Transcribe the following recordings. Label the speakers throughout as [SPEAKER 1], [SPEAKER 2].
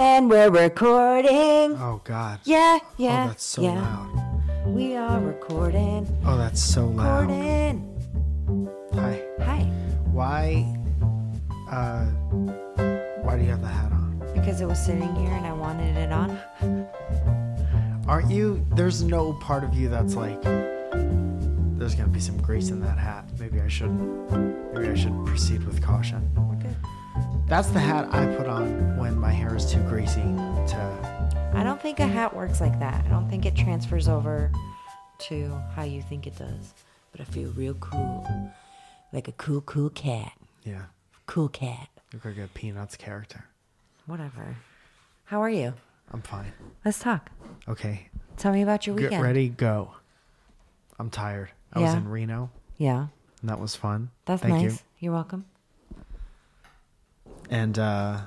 [SPEAKER 1] And we're recording.
[SPEAKER 2] Oh God.
[SPEAKER 1] Yeah,
[SPEAKER 2] Oh,
[SPEAKER 1] yeah.
[SPEAKER 2] that's so
[SPEAKER 1] yeah.
[SPEAKER 2] loud.
[SPEAKER 1] We are recording.
[SPEAKER 2] Oh, that's so loud.
[SPEAKER 1] Recording.
[SPEAKER 2] Hi.
[SPEAKER 1] Hi.
[SPEAKER 2] Why? Uh, why do you have the hat on?
[SPEAKER 1] Because it was sitting here and I wanted it on.
[SPEAKER 2] Aren't you? There's no part of you that's like. There's gonna be some grace in that hat. Maybe I should. Maybe I should proceed with caution.
[SPEAKER 1] Okay.
[SPEAKER 2] That's the hat I put on when my hair is too greasy to.
[SPEAKER 1] I don't think a hat works like that. I don't think it transfers over to how you think it does. But I feel real cool. Like a cool, cool cat.
[SPEAKER 2] Yeah.
[SPEAKER 1] Cool cat.
[SPEAKER 2] Look like a Peanuts character.
[SPEAKER 1] Whatever. How are you?
[SPEAKER 2] I'm fine.
[SPEAKER 1] Let's talk.
[SPEAKER 2] Okay.
[SPEAKER 1] Tell me about your
[SPEAKER 2] Get
[SPEAKER 1] weekend.
[SPEAKER 2] ready, go. I'm tired. I was
[SPEAKER 1] Yeah.
[SPEAKER 2] in Reno,
[SPEAKER 1] Yeah.
[SPEAKER 2] and that was fun.
[SPEAKER 1] That's
[SPEAKER 2] Thank
[SPEAKER 1] nice.
[SPEAKER 2] you.
[SPEAKER 1] You're welcome.
[SPEAKER 2] And uh,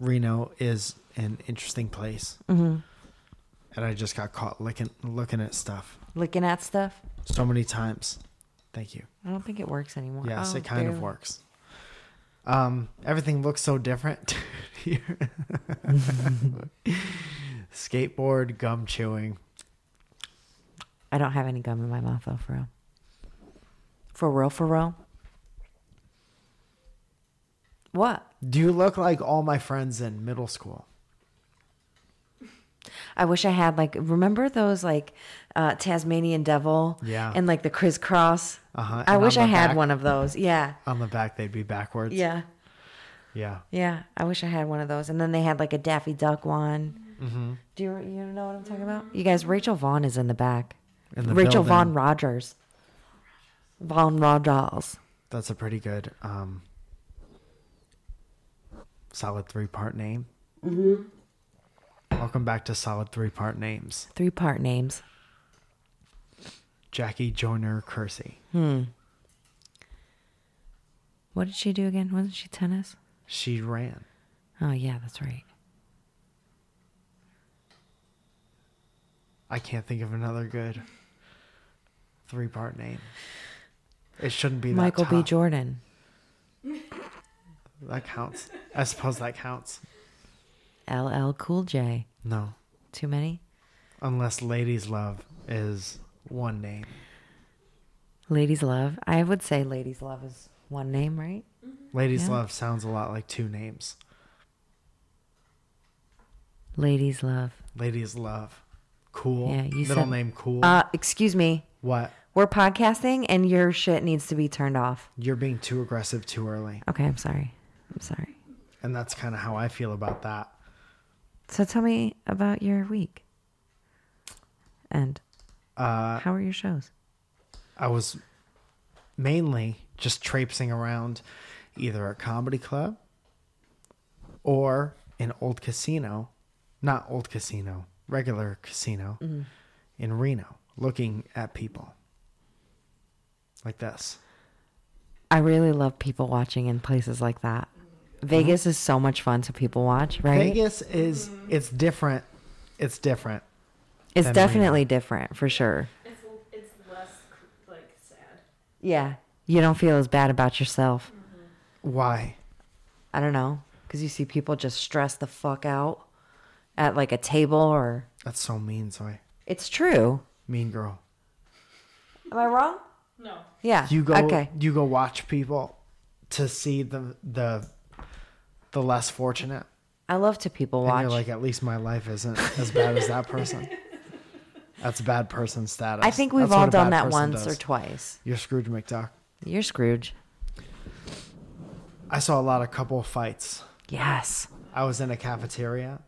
[SPEAKER 2] Reno is an interesting place. Mm-hmm. And I just got caught looking looking at stuff
[SPEAKER 1] Looking at stuff.
[SPEAKER 2] so many times. Thank you.
[SPEAKER 1] I don't think it works anymore.
[SPEAKER 2] Yes,
[SPEAKER 1] Oh,
[SPEAKER 2] it kind of
[SPEAKER 1] barely.
[SPEAKER 2] works. Um, everything looks so different here. Skateboard, gum chewing.
[SPEAKER 1] I don't have any gum in my mouth though, for real. For real, for real. What?
[SPEAKER 2] Do you look like all my friends in middle school?
[SPEAKER 1] I wish I had like remember those like uh, Tasmanian devil
[SPEAKER 2] Yeah.
[SPEAKER 1] and like the crisscross.
[SPEAKER 2] Uh-huh,
[SPEAKER 1] I
[SPEAKER 2] and
[SPEAKER 1] wish
[SPEAKER 2] on
[SPEAKER 1] I
[SPEAKER 2] the
[SPEAKER 1] had
[SPEAKER 2] back-
[SPEAKER 1] one of those. Yeah,
[SPEAKER 2] On the back, they'd be backwards.
[SPEAKER 1] yeah,
[SPEAKER 2] Yeah.
[SPEAKER 1] yeah. I wish I had one of those. And then they had like a Daffy Duck one.
[SPEAKER 2] Mm-hmm.
[SPEAKER 1] Do you you know what I'm talking about? You guys, Rachel Vaughn is in the back.
[SPEAKER 2] In the
[SPEAKER 1] Rachel
[SPEAKER 2] building.
[SPEAKER 1] Vaughn Rogers. Vaughn Rogers.
[SPEAKER 2] That's a pretty good, um, solid three part name.
[SPEAKER 1] Mm-hmm.
[SPEAKER 2] Welcome back to solid three part names.
[SPEAKER 1] Three part names.
[SPEAKER 2] Jackie Joyner Kersey.
[SPEAKER 1] What did she do again? Wasn't she tennis?
[SPEAKER 2] She ran.
[SPEAKER 1] Oh yeah, that's right.
[SPEAKER 2] I can't think of another good three part name. It shouldn't be that
[SPEAKER 1] Michael B.
[SPEAKER 2] tough.
[SPEAKER 1] Jordan.
[SPEAKER 2] That counts. I suppose that counts.
[SPEAKER 1] LL Cool J.
[SPEAKER 2] No,
[SPEAKER 1] Too many?
[SPEAKER 2] unless Ladies Love is one name.
[SPEAKER 1] Ladies Love. I would say Ladies Love is one name, right?
[SPEAKER 2] Ladies
[SPEAKER 1] Yeah.
[SPEAKER 2] Love sounds a lot like two names.
[SPEAKER 1] Ladies Love.
[SPEAKER 2] Ladies Love, cool.
[SPEAKER 1] Yeah, you
[SPEAKER 2] Middle
[SPEAKER 1] said-
[SPEAKER 2] name cool.
[SPEAKER 1] Uh, excuse me.
[SPEAKER 2] what?
[SPEAKER 1] We're podcasting and your shit needs to be turned off.
[SPEAKER 2] You're being too aggressive too early,
[SPEAKER 1] Okay, I'm sorry. I'm sorry.
[SPEAKER 2] and that's kind of how I feel about that.
[SPEAKER 1] So tell me about your week. And
[SPEAKER 2] Uh,
[SPEAKER 1] how are your shows?
[SPEAKER 2] I was mainly just traipsing around either a comedy club or an old casino, not old casino, regular casino in Reno, looking at people like this.
[SPEAKER 1] I really love people watching in places like that. Vegas is so much fun to people watch, right?
[SPEAKER 2] Vegas is it's different. It's different.
[SPEAKER 1] it's
[SPEAKER 2] than Reno.
[SPEAKER 1] definitely different for sure.
[SPEAKER 3] It's it's less c- like sad.
[SPEAKER 1] Yeah. You don't feel as bad about yourself.
[SPEAKER 2] Why?
[SPEAKER 1] I don't know. Because you see people just stress the fuck out at like a table or.
[SPEAKER 2] That's so mean, Zoe.
[SPEAKER 1] It's true.
[SPEAKER 2] Mean girl.
[SPEAKER 1] Am I wrong?
[SPEAKER 3] No.
[SPEAKER 1] Yeah.
[SPEAKER 2] you go
[SPEAKER 1] Okay.
[SPEAKER 2] you go watch people to see the the the less fortunate
[SPEAKER 1] I love to people
[SPEAKER 2] and
[SPEAKER 1] watch.
[SPEAKER 2] you're like at least my life isn't as bad as that person that's bad person status
[SPEAKER 1] I think we've
[SPEAKER 2] That's what
[SPEAKER 1] all
[SPEAKER 2] a
[SPEAKER 1] done that
[SPEAKER 2] bad person
[SPEAKER 1] once
[SPEAKER 2] does.
[SPEAKER 1] or twice.
[SPEAKER 2] you're scrooge mcduck
[SPEAKER 1] You're Scrooge.
[SPEAKER 2] i saw a lot of couple fights
[SPEAKER 1] Yes.
[SPEAKER 2] i was in a cafeteria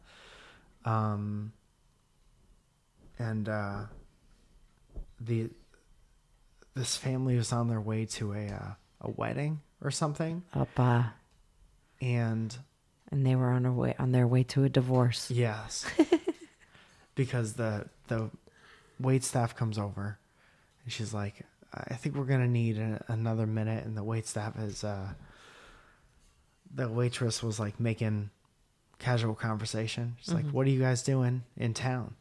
[SPEAKER 2] um and uh the this family was on their way to a uh, a wedding or something
[SPEAKER 1] Up, uh,
[SPEAKER 2] and
[SPEAKER 1] and they were on their way on their way to a divorce.
[SPEAKER 2] Yes. because the the wait staff comes over and she's like, I think we're gonna need a, another minute and the wait staff is uh the waitress was like making casual conversation. She's like, What are you guys doing in town?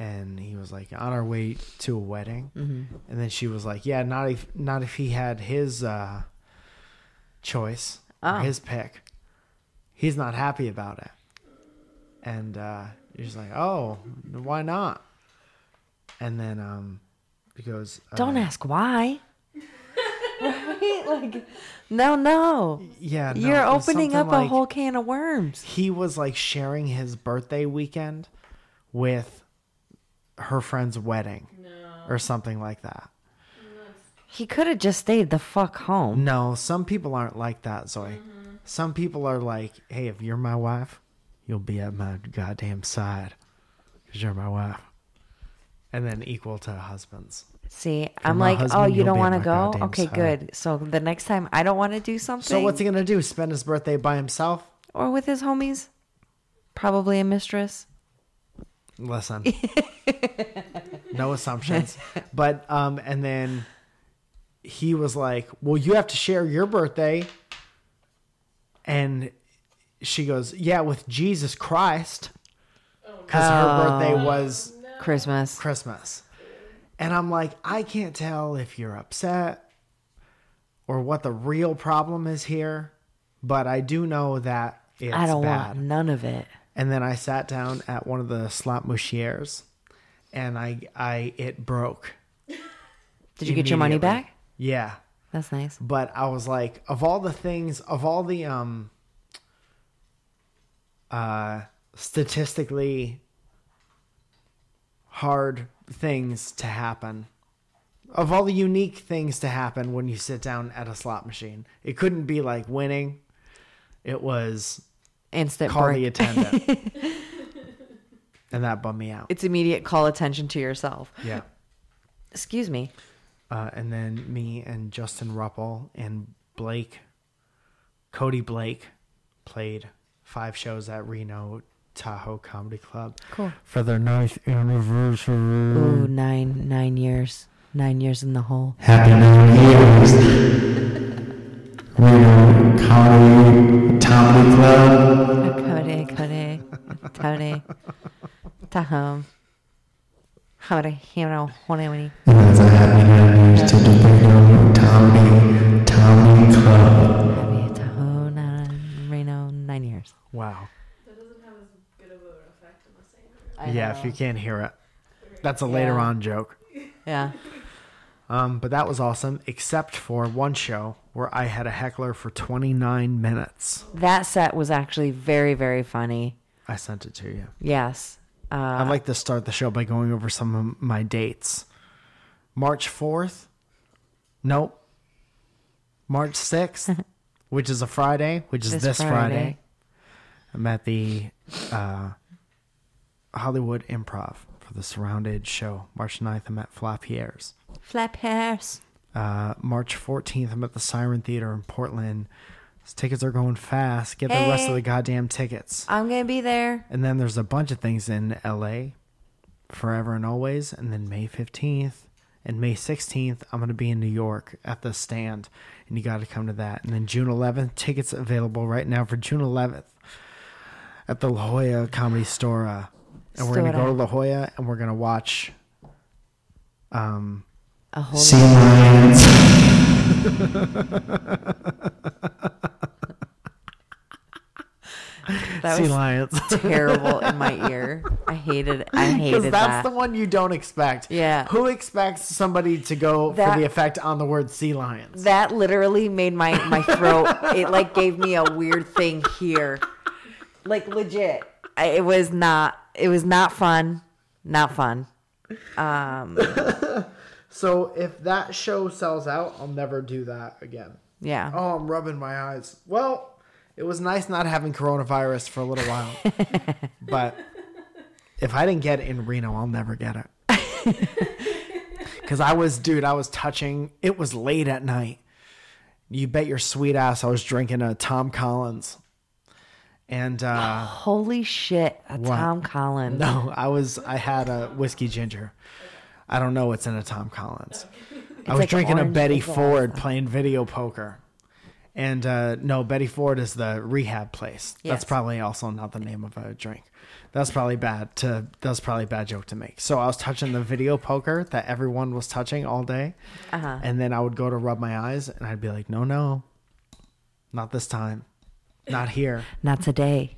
[SPEAKER 2] And he was like, On our way to a wedding. And then she was like, Yeah, not if not if he had his uh choice or
[SPEAKER 1] Oh.
[SPEAKER 2] his pick. He's not happy about it. and uh, you're just like, oh, why not? And then um, he goes, uh,
[SPEAKER 1] Don't ask why. right? Like, no, no.
[SPEAKER 2] Yeah, no,
[SPEAKER 1] You're
[SPEAKER 2] it was
[SPEAKER 1] opening up
[SPEAKER 2] something
[SPEAKER 1] a
[SPEAKER 2] like-
[SPEAKER 1] whole can of worms.
[SPEAKER 2] He was like sharing his birthday weekend with her friend's wedding
[SPEAKER 3] No.
[SPEAKER 2] or something like that.
[SPEAKER 1] He could have just stayed the fuck home.
[SPEAKER 2] No, some people aren't like that, Zoe. Some people are like, hey, if you're my wife, you'll be at my goddamn side because you're my wife. And then equal to husbands.
[SPEAKER 1] See, I'm
[SPEAKER 2] my
[SPEAKER 1] like,
[SPEAKER 2] husband,
[SPEAKER 1] oh, you
[SPEAKER 2] you'll
[SPEAKER 1] don't
[SPEAKER 2] be
[SPEAKER 1] want to
[SPEAKER 2] my
[SPEAKER 1] go?
[SPEAKER 2] goddamn
[SPEAKER 1] Okay,
[SPEAKER 2] side."
[SPEAKER 1] good. So the next time I don't want to do something,
[SPEAKER 2] So what's he gonna do? Spend his birthday by himself?
[SPEAKER 1] or with his homies, probably a mistress.
[SPEAKER 2] Listen, no assumptions. But um, and then he was like, "Well, you have to share your birthday," and she goes, "Yeah, with Jesus Christ," because her birthday was
[SPEAKER 1] Christmas.
[SPEAKER 2] Christmas. And I'm like, I can't tell if you're upset or what the real problem is here, but I do know that it's
[SPEAKER 1] I don't
[SPEAKER 2] bad.
[SPEAKER 1] want none of it.
[SPEAKER 2] And then I sat down at one of the slot mouchiers and I I it broke.
[SPEAKER 1] Did you get your money
[SPEAKER 2] immediately.
[SPEAKER 1] back?
[SPEAKER 2] Yeah.
[SPEAKER 1] That's nice.
[SPEAKER 2] But I was like, of all the things, of all the um uh statistically hard things to happen. Of all the unique things to happen when you sit down at a slot machine, it couldn't be like winning. It was
[SPEAKER 1] Instant
[SPEAKER 2] call the
[SPEAKER 1] break.
[SPEAKER 2] attendant. and that bummed me out.
[SPEAKER 1] it's immediate call attention to yourself.
[SPEAKER 2] Yeah.
[SPEAKER 1] Excuse me.
[SPEAKER 2] Uh, and then me and Justin Ruppel and Blake, Cody Blake, played five shows at Reno Tahoe Comedy Club.
[SPEAKER 1] Cool.
[SPEAKER 2] For their ninth anniversary.
[SPEAKER 1] Ooh, nine nine years. Nine years in the hole.
[SPEAKER 4] Happy New Year's. We're Comedy Comedy Club.
[SPEAKER 1] Cody, Cody, Cody. Tahoe. How do you know what I mean?
[SPEAKER 4] And that's a happy New Year's to the Big Comedy Comedy Club.
[SPEAKER 1] Happy Tahoe, nine- Reno, nine years.
[SPEAKER 2] Wow.
[SPEAKER 3] That doesn't have as good of an effect unless I hear it.
[SPEAKER 2] yeah, if you can't hear it. That's a later
[SPEAKER 1] Yeah.
[SPEAKER 2] on joke.
[SPEAKER 1] Yeah.
[SPEAKER 2] Um, but that was awesome, except for one show where I had a heckler for 29 minutes.
[SPEAKER 1] That set was actually very, very funny.
[SPEAKER 2] I sent it to you.
[SPEAKER 1] Yes. Uh,
[SPEAKER 2] I'd like to start the show by going over some of my dates. March 4th? Nope. March 6th, which is a Friday, which is
[SPEAKER 1] This
[SPEAKER 2] this, Friday.
[SPEAKER 1] Friday.
[SPEAKER 2] I'm at the uh, Hollywood Improv for the Surrounded show. March 9th, I'm at Flapier's.
[SPEAKER 1] flap hairs.
[SPEAKER 2] Uh, March 14th, I'm at the Siren Theater in Portland. These tickets are going fast. Get the rest of
[SPEAKER 1] Hey.
[SPEAKER 2] the goddamn tickets.
[SPEAKER 1] I'm going to be there.
[SPEAKER 2] And then there's a bunch of things in LA forever and always. And then May 15th and May 16th, I'm going to be in New York at the stand. And you got to come to that. And then June 11th, tickets available right now for June 11th at the La Jolla Comedy Store. uh, And we're going to go to
[SPEAKER 1] Store.
[SPEAKER 2] La Jolla and we're going to watch. Um,
[SPEAKER 1] A whole
[SPEAKER 4] Sea Lions.
[SPEAKER 1] That
[SPEAKER 2] sea
[SPEAKER 1] was
[SPEAKER 2] lions.
[SPEAKER 1] terrible in my ear. I hated I
[SPEAKER 2] Because
[SPEAKER 1] hated
[SPEAKER 2] that's
[SPEAKER 1] that.
[SPEAKER 2] the one you don't expect.
[SPEAKER 1] Yeah.
[SPEAKER 2] Who expects somebody to go
[SPEAKER 1] That-
[SPEAKER 2] for the effect on the word sea lions?
[SPEAKER 1] that literally made my my throat it like gave me a weird thing here like legit I, it was not it was not fun not fun
[SPEAKER 2] So if that show sells out, I'll never do that again.
[SPEAKER 1] yeah
[SPEAKER 2] Oh, I'm rubbing my eyes. Well, it was nice not having coronavirus for a little while. but if I didn't get it in Reno, I'll never get it. Cuz I was dude, I was touching. It was late at night. You bet your sweet ass I was drinking a Tom Collins. And uh
[SPEAKER 1] holy shit a
[SPEAKER 2] What?
[SPEAKER 1] tom collins
[SPEAKER 2] no, I was I had a whiskey ginger. I don't know what's in a Tom Collins. I was
[SPEAKER 1] like
[SPEAKER 2] drinking a
[SPEAKER 1] orange
[SPEAKER 2] Betty
[SPEAKER 1] liquor or
[SPEAKER 2] Ford playing video poker. And uh, no, Betty Ford is the rehab place.
[SPEAKER 1] Yes.
[SPEAKER 2] That's probably also not the name of a drink. That's probably bad to that's probably a bad joke to make. So I was touching the video poker that everyone was touching all day.
[SPEAKER 1] Uh-huh.
[SPEAKER 2] And then I would go to rub my eyes and I'd be like, "No, no. Not this time. Not here.
[SPEAKER 1] not today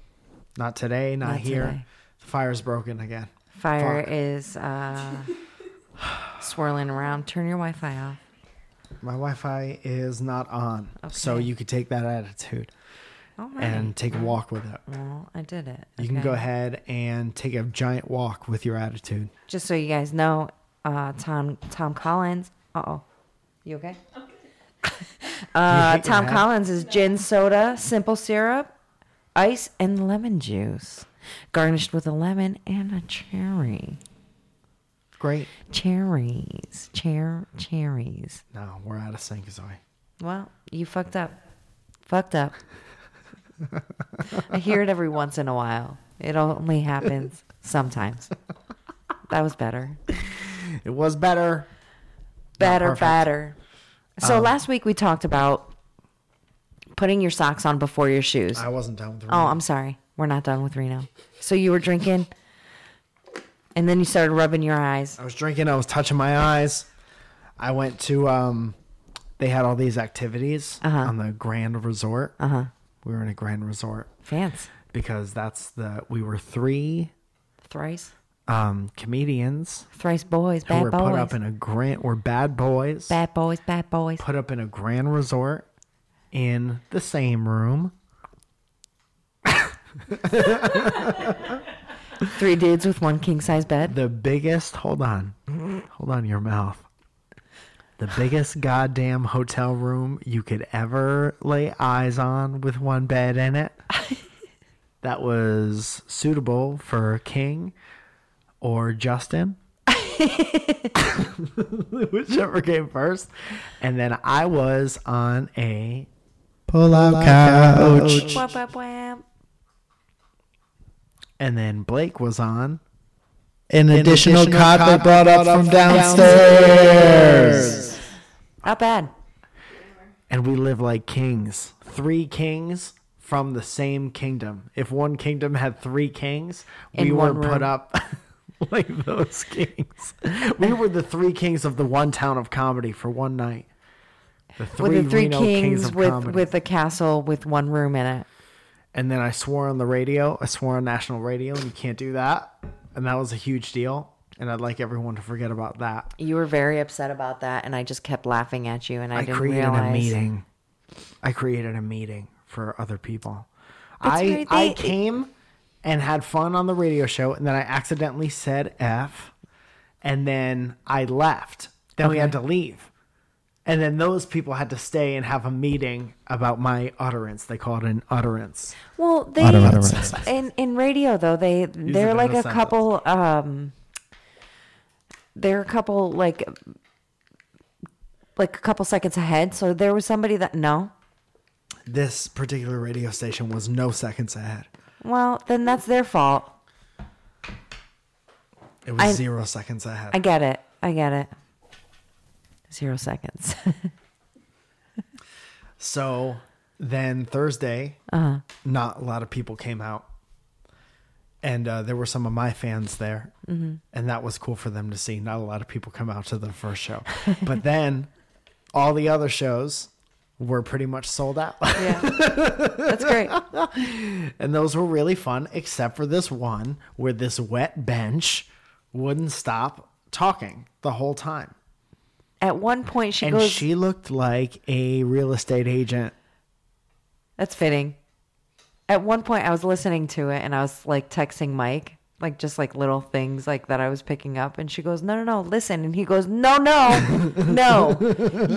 [SPEAKER 2] Not today, not,
[SPEAKER 1] Not
[SPEAKER 2] here.
[SPEAKER 1] today.
[SPEAKER 2] The fire's broken again.
[SPEAKER 1] Fire
[SPEAKER 2] Fuck.
[SPEAKER 1] is uh, swirling around. Turn your Wi-Fi off.
[SPEAKER 2] My Wi Fi is not on. So
[SPEAKER 1] Okay.
[SPEAKER 2] you could take that attitude
[SPEAKER 1] All right.
[SPEAKER 2] and take a walk with it.
[SPEAKER 1] well, I did it.
[SPEAKER 2] You can
[SPEAKER 1] Okay.
[SPEAKER 2] go ahead and take a giant walk with your attitude.
[SPEAKER 1] Just so you guys know, uh, Tom Tom Collins. Uh oh, you okay?
[SPEAKER 2] You
[SPEAKER 1] Uh,
[SPEAKER 2] hit your
[SPEAKER 1] Tom
[SPEAKER 2] head?
[SPEAKER 1] Collins is gin soda, simple syrup, ice, and lemon juice, garnished with a lemon and a cherry.
[SPEAKER 2] Great.
[SPEAKER 1] Cherries, cher cherries.
[SPEAKER 2] No, we're out of sync, Zoe.
[SPEAKER 1] Well, you fucked up. Fucked up. I hear it every once in a while. It only happens sometimes. That was better.
[SPEAKER 2] It was better.
[SPEAKER 1] better,
[SPEAKER 2] perfect. Um,
[SPEAKER 1] better. So last week we talked about putting your socks on before your shoes.
[SPEAKER 2] I wasn't done with the
[SPEAKER 1] oh, I'm sorry. We're not done with Reno. So you were drinking and then you started rubbing your eyes.
[SPEAKER 2] I was drinking. I was touching my eyes. I went to. um They had all these activities
[SPEAKER 1] Uh-huh.
[SPEAKER 2] on the Grand Resort. Uh huh. We were in a Grand Resort
[SPEAKER 1] Fans.
[SPEAKER 2] because that's the we were three
[SPEAKER 1] Thrice.
[SPEAKER 2] um comedians
[SPEAKER 1] Thrice boys,
[SPEAKER 2] who
[SPEAKER 1] bad
[SPEAKER 2] were
[SPEAKER 1] boys.
[SPEAKER 2] put up in a grand were bad boys
[SPEAKER 1] bad boys, bad boys.
[SPEAKER 2] put up in a Grand Resort in the same room.
[SPEAKER 1] Three dudes with one king size bed.
[SPEAKER 2] The biggest. Hold on. Hold on your mouth. The biggest goddamn hotel room you could ever lay eyes on with one bed in it. that was suitable for King or Justin. Whichever came first. And then I was on a
[SPEAKER 4] Pull out couch.
[SPEAKER 1] Whap, whap, whap.
[SPEAKER 2] and then Blake was on
[SPEAKER 4] An additional
[SPEAKER 2] additional
[SPEAKER 4] cot they
[SPEAKER 2] cot
[SPEAKER 4] brought up from downstairs.
[SPEAKER 1] Not bad.
[SPEAKER 2] and we live like kings. Three kings from the same kingdom. If one kingdom had three kings,
[SPEAKER 1] In
[SPEAKER 2] we were
[SPEAKER 1] one
[SPEAKER 2] put
[SPEAKER 1] room.
[SPEAKER 2] up like those kings. We were the three kings of the one town of comedy for one night. The three,
[SPEAKER 1] With the three
[SPEAKER 2] Reno
[SPEAKER 1] kings,
[SPEAKER 2] of
[SPEAKER 1] with
[SPEAKER 2] comedy.
[SPEAKER 1] with a castle with one room in it.
[SPEAKER 2] and then I swore on the radio. I swore on national radio, and you can't do that. And that was a huge deal. And I'd like everyone to forget about that.
[SPEAKER 1] You were very upset about that, and I just kept laughing at you, and I,
[SPEAKER 2] I,
[SPEAKER 1] didn't
[SPEAKER 2] created
[SPEAKER 1] realize.
[SPEAKER 2] a meeting. I created a meeting for other people.
[SPEAKER 1] That's
[SPEAKER 2] I
[SPEAKER 1] right,
[SPEAKER 2] I
[SPEAKER 1] they-
[SPEAKER 2] came and had fun on the radio show, and then I accidentally said F, and then I left. Then we had to leave, and then those people had to stay and have a meeting about my utterance. They called it an utterance.
[SPEAKER 1] Well, they
[SPEAKER 4] Otter, otter, otter.
[SPEAKER 1] in in radio though they they're
[SPEAKER 2] it
[SPEAKER 1] like
[SPEAKER 2] in a
[SPEAKER 1] a couple. um They're a couple like like a couple seconds ahead. So there was somebody that no.
[SPEAKER 2] This particular radio station was no seconds ahead.
[SPEAKER 1] Well, then that's their fault.
[SPEAKER 2] It was
[SPEAKER 1] I-
[SPEAKER 2] zero seconds ahead.
[SPEAKER 1] I get it. I get it. Zero seconds.
[SPEAKER 2] So then Thursday,
[SPEAKER 1] Uh-huh.
[SPEAKER 2] not a lot of people came out, and uh, there were some of my fans there,
[SPEAKER 1] Mm-hmm.
[SPEAKER 2] and that was cool for them to see. Not a lot of people come out to the first show, but then all the other shows were pretty much sold out,
[SPEAKER 1] yeah, that's great.
[SPEAKER 2] and those were really fun, except for this one where this wet bench wouldn't stop talking the whole time,
[SPEAKER 1] At one point, she
[SPEAKER 2] and
[SPEAKER 1] goes.
[SPEAKER 2] she looked like a real estate agent.
[SPEAKER 1] That's fitting. At one point, I was listening to it and I was like texting Mike, like just like little things like that I was picking up. And she goes, No, no, no, listen. And he goes, No, no, no,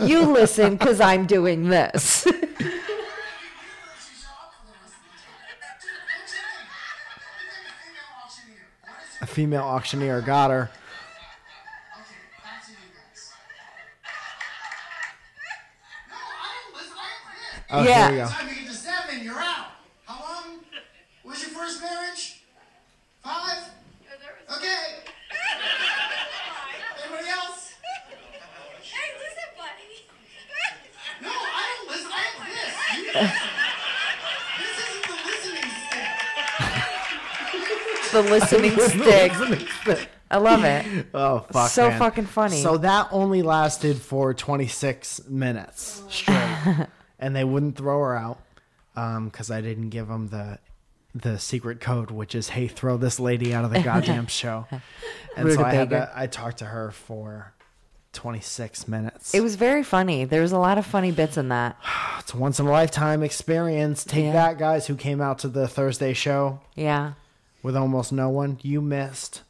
[SPEAKER 1] you listen because I'm doing this.
[SPEAKER 2] A female auctioneer got her. Oh, here
[SPEAKER 1] Yeah.
[SPEAKER 2] we go.
[SPEAKER 5] Time to get to seven, you're out. How long was your first marriage? Five? Okay. Anybody else? No, I don't listen. I don't listen. You listen. This isn't the listening step.
[SPEAKER 1] the listening stick. I love it.
[SPEAKER 2] Oh fuck!
[SPEAKER 1] So
[SPEAKER 2] man.
[SPEAKER 1] fucking funny.
[SPEAKER 2] So that only lasted for 26 minutes um, straight, and they wouldn't throw her out because I didn't give them the the secret code, which is hey, throw this lady out of the goddamn show. And so I had
[SPEAKER 1] Rutabaga.
[SPEAKER 2] to, I talked to her for 26 minutes.
[SPEAKER 1] It was very funny. There was a lot of funny bits in that.
[SPEAKER 2] it's a once in a lifetime experience. Take
[SPEAKER 1] Yeah.
[SPEAKER 2] that, guys who came out to the Thursday show
[SPEAKER 1] Yeah.
[SPEAKER 2] with almost no one. You missed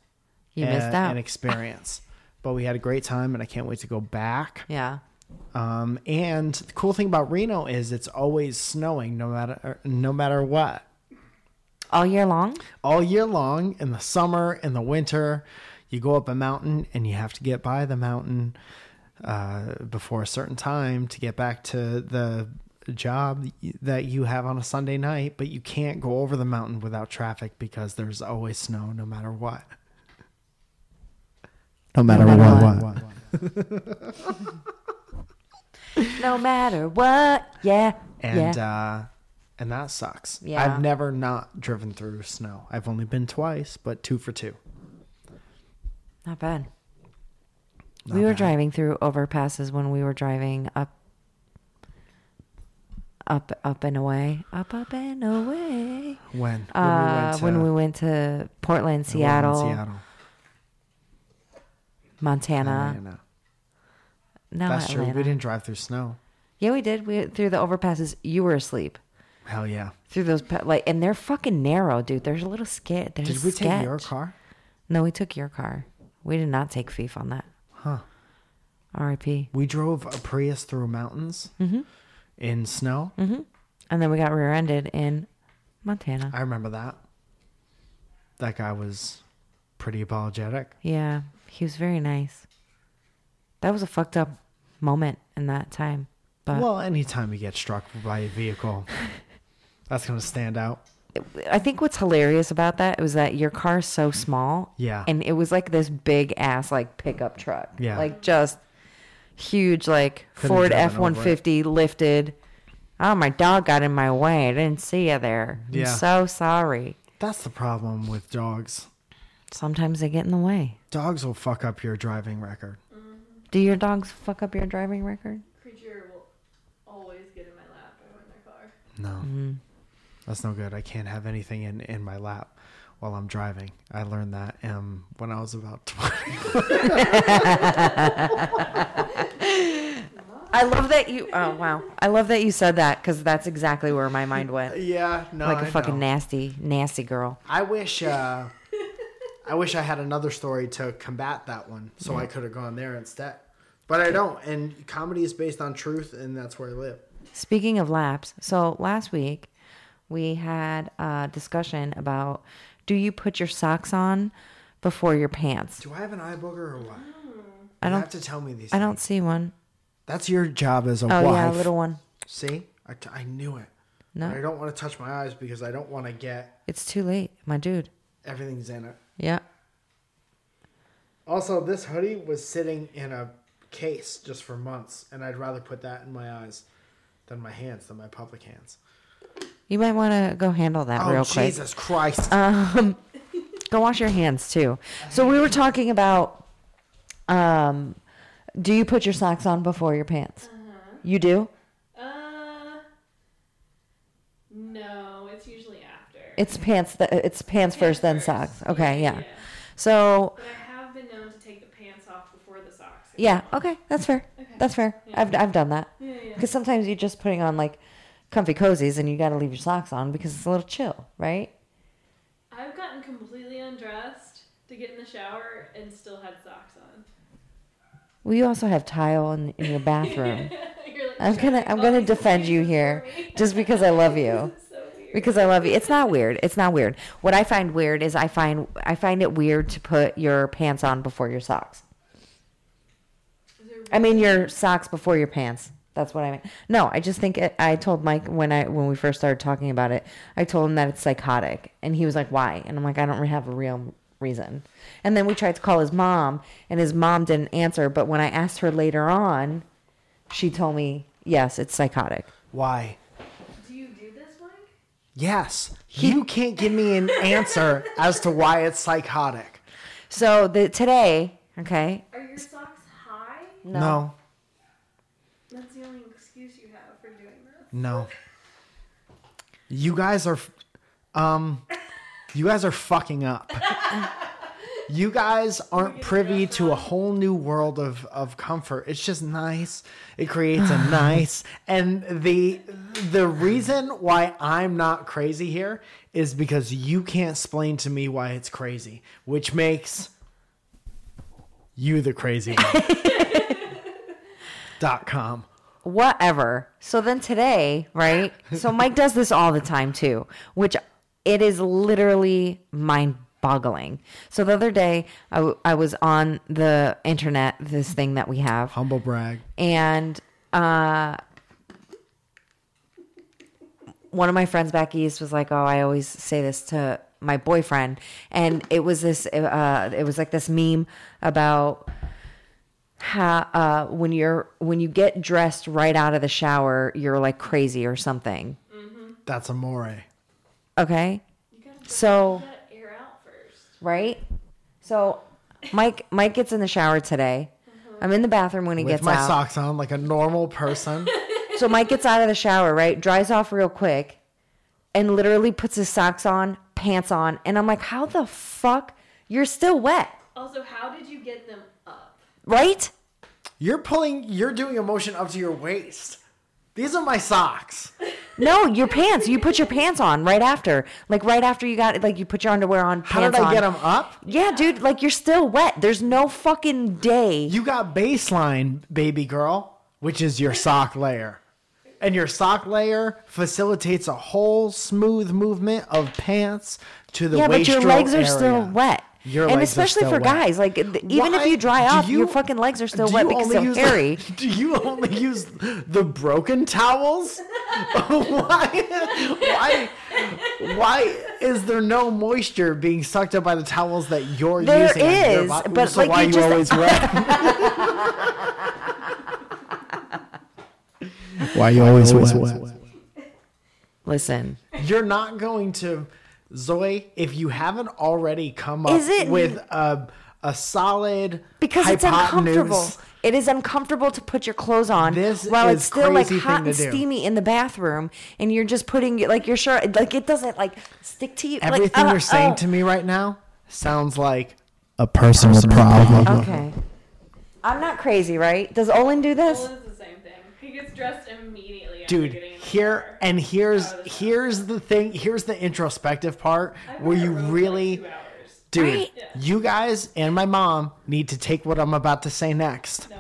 [SPEAKER 1] You missed
[SPEAKER 2] a-
[SPEAKER 1] out.
[SPEAKER 2] an experience. But we had a great time, and I can't wait to go back.
[SPEAKER 1] yeah.
[SPEAKER 2] Um, and the cool thing about Reno is it's always snowing, no matter no matter what.
[SPEAKER 1] All year long?
[SPEAKER 2] all year long in the summer in the winter you go up a mountain and you have to get by the mountain uh, before a certain time to get back to the job that you have on a sunday night but you can't go over the mountain without traffic because there's always snow no matter what
[SPEAKER 4] No matter
[SPEAKER 1] matter
[SPEAKER 4] what.
[SPEAKER 1] No matter what. Yeah.
[SPEAKER 2] and
[SPEAKER 1] yeah.
[SPEAKER 2] uh and that sucks
[SPEAKER 1] Yeah.
[SPEAKER 2] i've never not driven through snow i've only been twice but two for two
[SPEAKER 1] Not bad. we were driving through overpasses when we were driving up up up and away. Up up and away.
[SPEAKER 2] when when
[SPEAKER 1] Uh, when we
[SPEAKER 2] to-
[SPEAKER 1] went to Portland,
[SPEAKER 2] we were in
[SPEAKER 1] Seattle, Montana.
[SPEAKER 2] Atlanta.
[SPEAKER 1] No,
[SPEAKER 2] that's
[SPEAKER 1] Uh, Atlanta.
[SPEAKER 2] true we didn't drive through snow
[SPEAKER 1] Yeah, we did. We through the overpasses. You were asleep
[SPEAKER 2] Hell yeah.
[SPEAKER 1] through those pa- like, and they're fucking narrow, dude. There's a little skit. There's
[SPEAKER 2] Did we take your car?
[SPEAKER 1] No, we took your car. We did not take Fief on that.
[SPEAKER 2] Huh.
[SPEAKER 1] R.I.P.
[SPEAKER 2] We drove a Prius through mountains
[SPEAKER 1] Mm-hmm.
[SPEAKER 2] in snow.
[SPEAKER 1] And then we got rear-ended in Montana.
[SPEAKER 2] I remember that. That guy was pretty apologetic.
[SPEAKER 1] yeah, he was very nice. That was a fucked up moment in that time, but
[SPEAKER 2] well, anytime you get struck by a vehicle, that's going to stand out.
[SPEAKER 1] I think what's hilarious about that was that your car's so small.
[SPEAKER 2] Yeah.
[SPEAKER 1] And it was like this big ass like pickup truck.
[SPEAKER 2] Yeah.
[SPEAKER 1] Like just huge like
[SPEAKER 2] Could've
[SPEAKER 1] Ford
[SPEAKER 2] driven
[SPEAKER 1] F one fifty lifted. Oh my dog got in my way. I didn't see you there. I'm
[SPEAKER 2] Yeah.
[SPEAKER 1] so sorry.
[SPEAKER 2] That's the problem with dogs.
[SPEAKER 1] Sometimes they get in the way.
[SPEAKER 2] Dogs will fuck up your driving record.
[SPEAKER 1] Do your dogs fuck up your driving record?
[SPEAKER 3] Creature will always get in my lap when I'm in their car.
[SPEAKER 2] No.
[SPEAKER 1] Mm-hmm.
[SPEAKER 2] That's no good. I can't have anything in, in my lap while I'm driving. I learned that um, when I was about 20.
[SPEAKER 1] I love that you oh wow. I love that you said that because that's exactly where my mind went.
[SPEAKER 2] yeah, no.
[SPEAKER 1] Oh, Like a
[SPEAKER 2] I
[SPEAKER 1] fucking
[SPEAKER 2] know.
[SPEAKER 1] nasty, nasty girl.
[SPEAKER 2] I wish uh, I wish I had another story to combat that one, so I could have gone there instead. But I don't, and comedy is based on truth, and that's where I live.
[SPEAKER 1] Speaking of laps, so last week we had a discussion about do you put your socks on before your pants?
[SPEAKER 2] Do I have an eye booger or what?
[SPEAKER 1] I
[SPEAKER 2] you
[SPEAKER 1] don't.
[SPEAKER 2] have to tell me these.
[SPEAKER 1] I don't see one.
[SPEAKER 2] That's your job as a
[SPEAKER 1] Oh
[SPEAKER 2] wife.
[SPEAKER 1] yeah, a little one.
[SPEAKER 2] See, I, t- I knew it.
[SPEAKER 1] No.
[SPEAKER 2] But I don't want to touch my eyes because I don't want to get
[SPEAKER 1] It's too late, my dude.
[SPEAKER 2] everything's in it.
[SPEAKER 1] Yeah.
[SPEAKER 2] Also, this hoodie was sitting in a case just for months, and I'd rather put that in my eyes than my hands, than my public hands.
[SPEAKER 1] You might want to go handle that
[SPEAKER 2] Oh,
[SPEAKER 1] real quick. Uh,
[SPEAKER 2] Jesus Christ!
[SPEAKER 1] Go wash your hands too. So we were talking about um do you put your socks on before your pants? You do?
[SPEAKER 3] Uh, no, it's usually after.
[SPEAKER 1] It's pants that it's pants first then socks. Okay, yeah.
[SPEAKER 3] yeah.
[SPEAKER 1] So
[SPEAKER 3] But I have been known to take the pants off before the socks. if
[SPEAKER 1] Yeah.
[SPEAKER 3] you want.
[SPEAKER 1] Okay. That's fair. That's fair. I've I've done that.
[SPEAKER 3] Yeah, yeah.
[SPEAKER 1] Because sometimes you're just putting on like comfy cozies and you got to leave your socks on because it's a little chill, right?
[SPEAKER 3] I've gotten completely undressed to get in the shower and still had socks on.
[SPEAKER 1] Well, you also have tile in, in your bathroom.
[SPEAKER 3] You're like,
[SPEAKER 1] I'm gonna I'm gonna defend you here just because I love you.
[SPEAKER 3] This is so weird.
[SPEAKER 1] Because I love you. It's not weird. It's not weird. What I find weird is I find I find it weird to put your pants on before your socks.
[SPEAKER 3] Is there-
[SPEAKER 1] I mean your socks before your pants. That's what I mean. No, I just think it, I told Mike when I when we first started talking about it, I told him that it's psychotic, and he was like, "Why?" And I'm like, "I don't have a real reason." And then we tried to call his mom, and his mom didn't answer. But when I asked her later on, she told me, "Yes, it's psychotic."
[SPEAKER 2] Why?
[SPEAKER 3] do you do this, Mike?
[SPEAKER 2] Yes, you can't give me an answer as to why it's psychotic.
[SPEAKER 1] So the today, okay,
[SPEAKER 3] Are your socks high?
[SPEAKER 1] no,
[SPEAKER 2] No, no,
[SPEAKER 3] That's the only excuse you have for doing this.
[SPEAKER 2] You guys are. f- Um, you guys are fucking up. You guys aren't privy to a whole new world of, of comfort. It's just nice. It creates a nice and the the reason why I'm not crazy here is because you can't explain to me why it's crazy, which makes you the crazy one. dot com.
[SPEAKER 1] whatever. So then today, right? So Mike does this all the time too, which it is literally mind boggling. So the other day, I, w- I was on the internet, this thing that we have,
[SPEAKER 2] Humble brag.
[SPEAKER 1] and uh, one of my friends back east was like, "Oh, I always say this to my boyfriend," and it was this, uh, it was like this meme about how uh, when you're when you get dressed right out of the shower, you're like crazy or something.
[SPEAKER 2] That's amore.
[SPEAKER 1] Okay,
[SPEAKER 3] You gotta,
[SPEAKER 1] so.
[SPEAKER 3] you gotta air out first.
[SPEAKER 1] right? So Mike Mike gets in the shower today. I'm in the bathroom when he
[SPEAKER 2] With
[SPEAKER 1] gets
[SPEAKER 2] my
[SPEAKER 1] out.
[SPEAKER 2] socks on like a normal person.
[SPEAKER 1] So Mike gets out of the shower, right? Dries off real quick and literally puts his socks on, pants on, and I'm like, "How the fuck? You're still wet,
[SPEAKER 3] Also, how did you get them up?
[SPEAKER 1] right?"
[SPEAKER 2] You're pulling, you're doing a motion up to your waist. These are my socks.
[SPEAKER 1] No, your pants. You put your pants on right after. Like right after you got like you put your underwear on,
[SPEAKER 2] How
[SPEAKER 1] pants
[SPEAKER 2] did I
[SPEAKER 1] on.
[SPEAKER 2] get them up?
[SPEAKER 1] Yeah, dude, like you're still wet. There's no fucking day.
[SPEAKER 2] You got baseline, baby girl, which is your sock layer. And your sock layer facilitates a whole smooth movement of pants to the
[SPEAKER 1] yeah, but
[SPEAKER 2] waist.
[SPEAKER 1] your legs are still wet.
[SPEAKER 2] Your
[SPEAKER 1] and
[SPEAKER 2] legs are
[SPEAKER 1] especially
[SPEAKER 2] still
[SPEAKER 1] for
[SPEAKER 2] wet.
[SPEAKER 1] guys, like th- even
[SPEAKER 2] Why
[SPEAKER 1] if you dry
[SPEAKER 2] do
[SPEAKER 1] off, your
[SPEAKER 2] you-
[SPEAKER 1] fucking legs are still
[SPEAKER 2] Do
[SPEAKER 1] wet
[SPEAKER 2] you
[SPEAKER 1] because
[SPEAKER 2] only
[SPEAKER 1] they're
[SPEAKER 2] use-
[SPEAKER 1] hairy.
[SPEAKER 2] Do you only use the broken towels? why, why, why is there no moisture being sucked up by the towels that you're
[SPEAKER 1] There
[SPEAKER 2] using? on your
[SPEAKER 1] is,
[SPEAKER 2] bo-
[SPEAKER 1] but,
[SPEAKER 2] so
[SPEAKER 1] like,
[SPEAKER 2] why
[SPEAKER 1] you
[SPEAKER 2] you
[SPEAKER 1] just-
[SPEAKER 2] always wet?
[SPEAKER 4] Why you always, wet?
[SPEAKER 1] Listen,
[SPEAKER 2] You're not going to Zoe if you haven't already come up
[SPEAKER 1] Is it-
[SPEAKER 2] with a a solid
[SPEAKER 1] because it's
[SPEAKER 2] hypotenuse.
[SPEAKER 1] uncomfortable. It is uncomfortable to put your clothes on
[SPEAKER 2] This
[SPEAKER 1] while
[SPEAKER 2] is
[SPEAKER 1] it's still like
[SPEAKER 2] crazy
[SPEAKER 1] hot
[SPEAKER 2] thing to
[SPEAKER 1] and
[SPEAKER 2] do.
[SPEAKER 1] steamy in the bathroom, and you're just putting like your shirt like it doesn't like stick to you. like,
[SPEAKER 2] Everything
[SPEAKER 1] uh,
[SPEAKER 2] you're saying
[SPEAKER 1] oh.
[SPEAKER 2] to me right now sounds like
[SPEAKER 4] A personal problem.
[SPEAKER 1] uh, Okay, I'm not crazy, right? Does Olin do this?
[SPEAKER 3] Well, it's the same thing. He gets dressed immediately. After
[SPEAKER 2] dude
[SPEAKER 3] getting in the
[SPEAKER 2] here
[SPEAKER 3] shower.
[SPEAKER 2] and here's
[SPEAKER 3] Oh, this-
[SPEAKER 2] here's the thing here's the introspective part
[SPEAKER 3] I've been
[SPEAKER 2] where
[SPEAKER 3] on
[SPEAKER 2] you
[SPEAKER 3] the road for, like,
[SPEAKER 2] really
[SPEAKER 3] two hours.
[SPEAKER 2] dude
[SPEAKER 1] Right.
[SPEAKER 3] Yeah.
[SPEAKER 2] you guys and my mom need to take what i'm about to say next
[SPEAKER 3] No.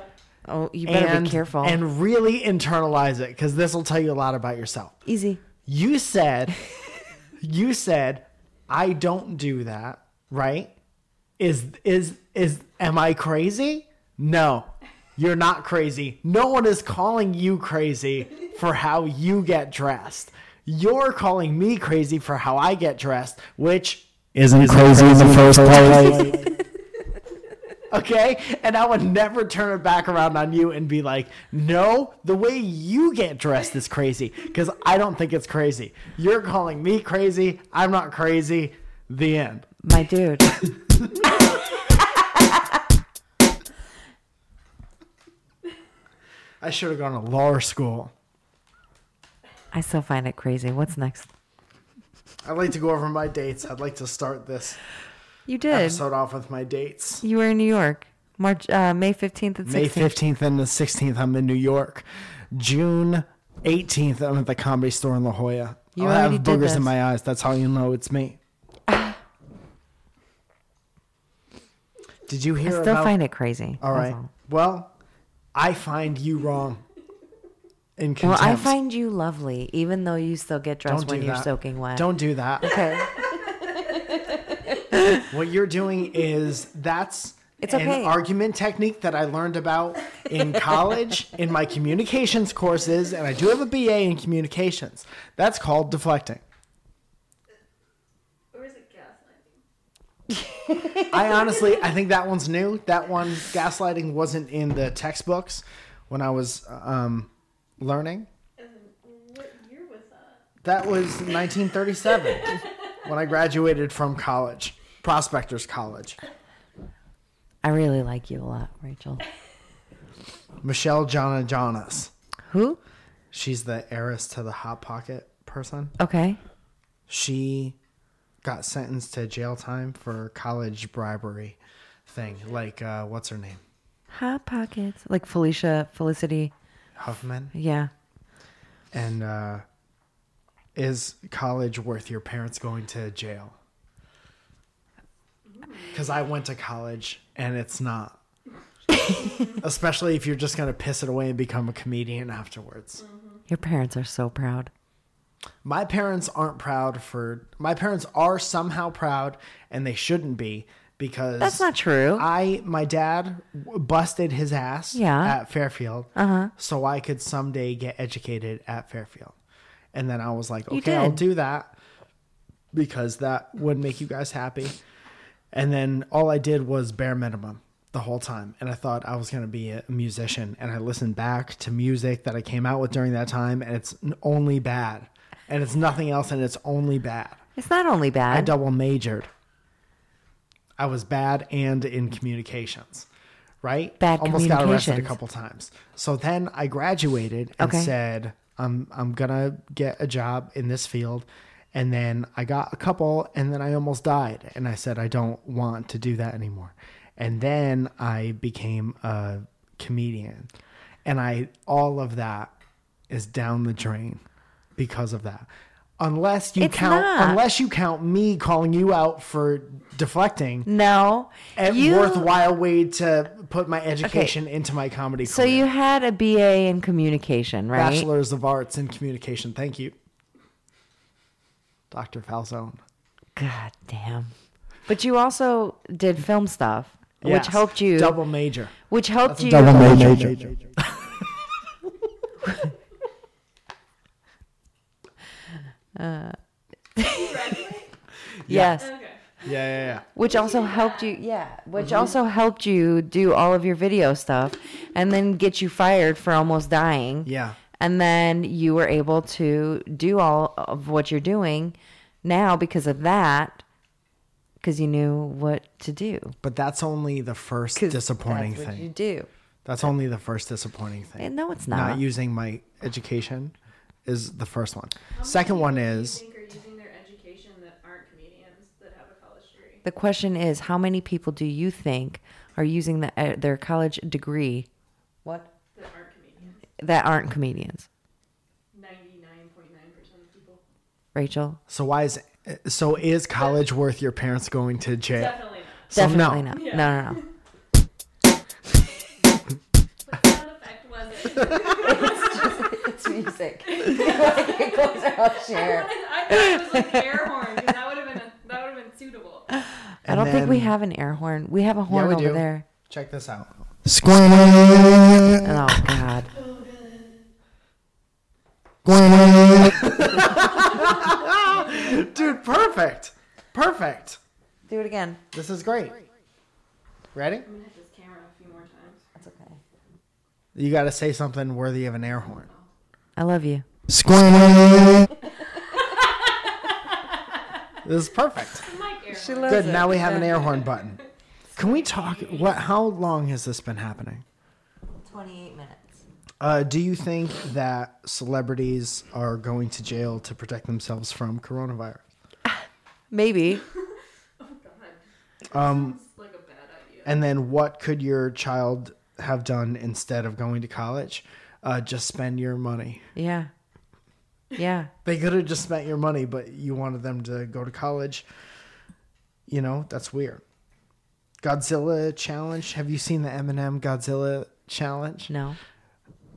[SPEAKER 1] Oh, you better
[SPEAKER 2] and
[SPEAKER 1] be careful.
[SPEAKER 2] and really internalize it because this will tell you a lot about yourself
[SPEAKER 1] Easy.
[SPEAKER 2] you said you said i don't do that right is is is am i crazy no you're not crazy no one is calling you crazy for how you get dressed you're calling me crazy for how i get dressed which
[SPEAKER 4] Isn't crazy in the first place.
[SPEAKER 2] okay and i would never turn it back around on you and be like no the way you get dressed is crazy because i don't think it's crazy you're calling me crazy i'm not crazy the end
[SPEAKER 1] My dude.
[SPEAKER 2] i should have gone to law school
[SPEAKER 1] I still find it crazy. What's next?
[SPEAKER 2] i'd like to go over my dates i'd like to start this
[SPEAKER 1] You did.
[SPEAKER 2] episode off with my dates
[SPEAKER 1] You were in New York, March, uh, May fifteenth and
[SPEAKER 2] may
[SPEAKER 1] sixteenth.
[SPEAKER 2] 15th and the 16th i'm in new york june 18th i'm at the comedy store in la jolla
[SPEAKER 1] You
[SPEAKER 2] i have
[SPEAKER 1] already did
[SPEAKER 2] boogers
[SPEAKER 1] this.
[SPEAKER 2] in my eyes that's how you know it's me Did you
[SPEAKER 1] I
[SPEAKER 2] hear
[SPEAKER 1] still
[SPEAKER 2] about
[SPEAKER 1] find it crazy.
[SPEAKER 2] All
[SPEAKER 1] That's
[SPEAKER 2] right. Well, I find you wrong. In
[SPEAKER 1] Well,
[SPEAKER 2] contempt.
[SPEAKER 1] I find you lovely, even though you still get dressed
[SPEAKER 2] Don't
[SPEAKER 1] when
[SPEAKER 2] do
[SPEAKER 1] you're
[SPEAKER 2] that.
[SPEAKER 1] soaking wet.
[SPEAKER 2] Don't do that.
[SPEAKER 1] Okay.
[SPEAKER 2] what you're doing is that's
[SPEAKER 1] It's
[SPEAKER 2] an
[SPEAKER 1] okay.
[SPEAKER 2] argument technique that I learned about in college in my communications courses, and I do have a BA in communications. That's called deflecting.
[SPEAKER 3] Or is it gaslighting?
[SPEAKER 2] I honestly, I think that one's new. That one, gaslighting, wasn't in the textbooks when I was um, learning.
[SPEAKER 3] And what year was that?
[SPEAKER 2] That was 1937 when I graduated from college, Prospectors College.
[SPEAKER 1] I really like you a lot, Rachel.
[SPEAKER 2] Michelle Jana Jonas.
[SPEAKER 1] Who?
[SPEAKER 2] She's the heiress to the Hot Pocket person.
[SPEAKER 1] Okay.
[SPEAKER 2] She got sentenced to jail time for college bribery thing. Like, uh, what's her name?
[SPEAKER 1] Hot pockets, like Felicia, Felicity.
[SPEAKER 2] Huffman.
[SPEAKER 1] Yeah,
[SPEAKER 2] And uh, is college worth your parents going to jail? Because I went to college and it's not. Especially if you're just going to piss it away and become a comedian afterwards.
[SPEAKER 1] your parents are so proud.
[SPEAKER 2] My parents aren't proud for. My parents are somehow proud and they shouldn't be because.
[SPEAKER 1] That's not true.
[SPEAKER 2] I my dad w- busted his ass
[SPEAKER 1] Yeah. Uh-huh.
[SPEAKER 2] at Fairfield, so I could someday get educated at Fairfield, and then I was like,
[SPEAKER 1] You
[SPEAKER 2] okay, I'll
[SPEAKER 1] did.
[SPEAKER 2] do that because that would make you guys happy. And then all I did was bare minimum the whole time, and I thought I was gonna be a musician, and I listened back to music that I came out with during that time, and it's n- only bad, and it's nothing else, and it's only bad.
[SPEAKER 1] It's not only
[SPEAKER 2] I
[SPEAKER 1] bad.
[SPEAKER 2] double majored. I was bad and in communications, right?
[SPEAKER 1] Bad
[SPEAKER 2] Almost got arrested a
[SPEAKER 1] communications.
[SPEAKER 2] couple times. So then I graduated and
[SPEAKER 1] Okay.
[SPEAKER 2] said, "I'm I'm gonna get a job in this field." And then I got a couple, and then I almost died. And I said, "I don't want to do that anymore." And then I became a comedian, and I all of that is down the drain because of that. Unless you
[SPEAKER 1] It's
[SPEAKER 2] count,
[SPEAKER 1] not.
[SPEAKER 2] unless you count me calling you out for deflecting
[SPEAKER 1] no,
[SPEAKER 2] a
[SPEAKER 1] you-
[SPEAKER 2] worthwhile way to put my education into my comedy
[SPEAKER 1] So
[SPEAKER 2] career.
[SPEAKER 1] you had a BA in communication, right?
[SPEAKER 2] bachelor's of arts in communication thank you dr falzone
[SPEAKER 1] God damn. But you also did film stuff,
[SPEAKER 2] Yes.
[SPEAKER 1] which helped you.
[SPEAKER 2] double major
[SPEAKER 1] Which helped you.
[SPEAKER 4] Double major.
[SPEAKER 1] Yes.
[SPEAKER 3] Okay.
[SPEAKER 2] yeah yeah yeah
[SPEAKER 1] Which also helped you. Yeah. Which also helped you do all of your video stuff, and then get you fired for almost dying.
[SPEAKER 2] yeah
[SPEAKER 1] And then you were able to do all of what you're doing now because of that, because you knew what to do.
[SPEAKER 2] but that's only the first
[SPEAKER 1] 'Cause
[SPEAKER 2] disappointing
[SPEAKER 1] that's
[SPEAKER 2] thing
[SPEAKER 1] What you do.
[SPEAKER 2] that's only the first disappointing thing
[SPEAKER 1] And no, it's
[SPEAKER 2] not.
[SPEAKER 1] not.
[SPEAKER 2] using my education is the first one second
[SPEAKER 3] How
[SPEAKER 2] one
[SPEAKER 3] many people do you
[SPEAKER 2] is
[SPEAKER 3] think are using their education that aren't comedians that have a college degree?
[SPEAKER 1] The question is, how many people do you think are using the, uh, their college degree? What?
[SPEAKER 3] That aren't comedians.
[SPEAKER 1] That aren't comedians,
[SPEAKER 3] Ninety-nine point nine percent of people.
[SPEAKER 1] Rachel.
[SPEAKER 2] so why is so is college worth your parents going to jail
[SPEAKER 3] Definitely not.
[SPEAKER 2] So no.
[SPEAKER 1] Definitely not.
[SPEAKER 3] Yeah.
[SPEAKER 1] No, no, no.
[SPEAKER 3] What sound effect was it?
[SPEAKER 1] it's music. it goes out share.
[SPEAKER 3] I thought it was like air horn 'cause that would have been a, that would have been suitable.
[SPEAKER 1] I don't think we
[SPEAKER 2] then-
[SPEAKER 1] have an air horn. We have a
[SPEAKER 2] yeah
[SPEAKER 1] horn
[SPEAKER 2] we
[SPEAKER 1] over
[SPEAKER 2] do
[SPEAKER 1] there.
[SPEAKER 2] check this out
[SPEAKER 4] Square.
[SPEAKER 1] Oh God.
[SPEAKER 2] Dude, perfect. Perfect.
[SPEAKER 1] Do it again.
[SPEAKER 2] This is great. Ready?
[SPEAKER 3] I'm gonna hit this camera a few more times.
[SPEAKER 1] That's okay.
[SPEAKER 2] You got to say something worthy of an air horn.
[SPEAKER 1] I love you.
[SPEAKER 4] Square.
[SPEAKER 2] This is perfect.
[SPEAKER 3] Mike air
[SPEAKER 1] She
[SPEAKER 3] horn.
[SPEAKER 1] loves
[SPEAKER 2] Good.
[SPEAKER 1] it.
[SPEAKER 2] Now we have an air horn button. Can we talk what how long has this been happening?
[SPEAKER 1] Twenty-eight minutes.
[SPEAKER 2] Uh, do you think that celebrities are going to jail to protect themselves from coronavirus?
[SPEAKER 1] Maybe.
[SPEAKER 3] Oh god.
[SPEAKER 2] Um,
[SPEAKER 3] It's like a bad idea.
[SPEAKER 2] and then what could your child have done instead of going to college? Uh, just spend your money.
[SPEAKER 1] Yeah. Yeah.
[SPEAKER 2] They could have just spent your money, but you wanted them to go to college. You know, that's weird. Godzilla challenge. Have you seen the Eminem Godzilla challenge?
[SPEAKER 1] No.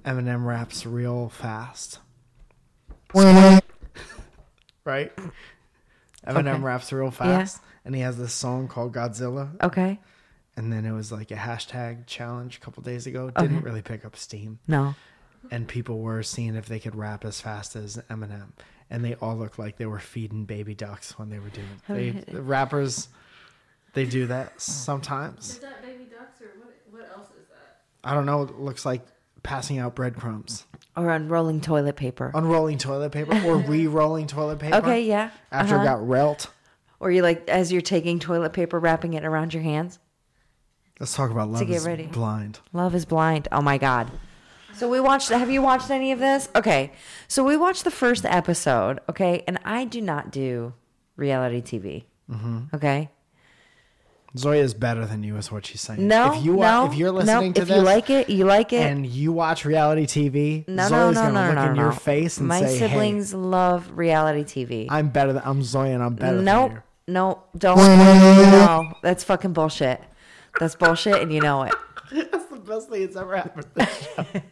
[SPEAKER 2] Eminem raps real fast, right? Eminem
[SPEAKER 1] Okay.
[SPEAKER 2] raps real fast, and he has this song called Godzilla,
[SPEAKER 1] Okay.
[SPEAKER 2] and then it was like a hashtag challenge a couple days ago. Didn't really pick up steam,
[SPEAKER 1] No.
[SPEAKER 2] and people were seeing if they could rap as fast as Eminem, and they all looked like they were feeding baby ducks when they were doing. It. They the rappers, they do that sometimes.
[SPEAKER 3] Is that baby ducks or what? What else is that?
[SPEAKER 2] I don't know. It looks like passing out breadcrumbs,
[SPEAKER 1] Or unrolling toilet paper.
[SPEAKER 2] unrolling toilet paper, or re-rolling toilet paper.
[SPEAKER 1] Okay. Yeah.
[SPEAKER 2] After
[SPEAKER 1] Uh-huh.
[SPEAKER 2] it got relt.
[SPEAKER 1] Or you like as you're taking toilet paper, wrapping it around your hands.
[SPEAKER 2] Let's talk about love.
[SPEAKER 1] get
[SPEAKER 2] is
[SPEAKER 1] ready.
[SPEAKER 2] Blind.
[SPEAKER 1] Love is blind. Oh my god. So we watched have you watched any of this? Okay. So we watched the first episode, okay? And I do not do reality TV. Mm-hmm. Okay.
[SPEAKER 2] Zoya is better than you, is what she's saying.
[SPEAKER 1] No,
[SPEAKER 2] if you wa-
[SPEAKER 1] no,
[SPEAKER 2] if you're
[SPEAKER 1] no.
[SPEAKER 2] listening to
[SPEAKER 1] if
[SPEAKER 2] this
[SPEAKER 1] you like it, you like it.
[SPEAKER 2] and you watch reality TV,
[SPEAKER 1] no, no,
[SPEAKER 2] Zoya's
[SPEAKER 1] no,
[SPEAKER 2] gonna
[SPEAKER 1] no,
[SPEAKER 2] look
[SPEAKER 1] no,
[SPEAKER 2] in
[SPEAKER 1] no.
[SPEAKER 2] your face and
[SPEAKER 1] My
[SPEAKER 2] say,
[SPEAKER 1] siblings love reality TV.
[SPEAKER 2] "Hey, I'm better than I'm Zoya, and I'm better
[SPEAKER 1] Nope.
[SPEAKER 2] than you."
[SPEAKER 1] No, don't. no, that's fucking bullshit. That's bullshit, and you know it.
[SPEAKER 2] That's the best thing that's ever happened.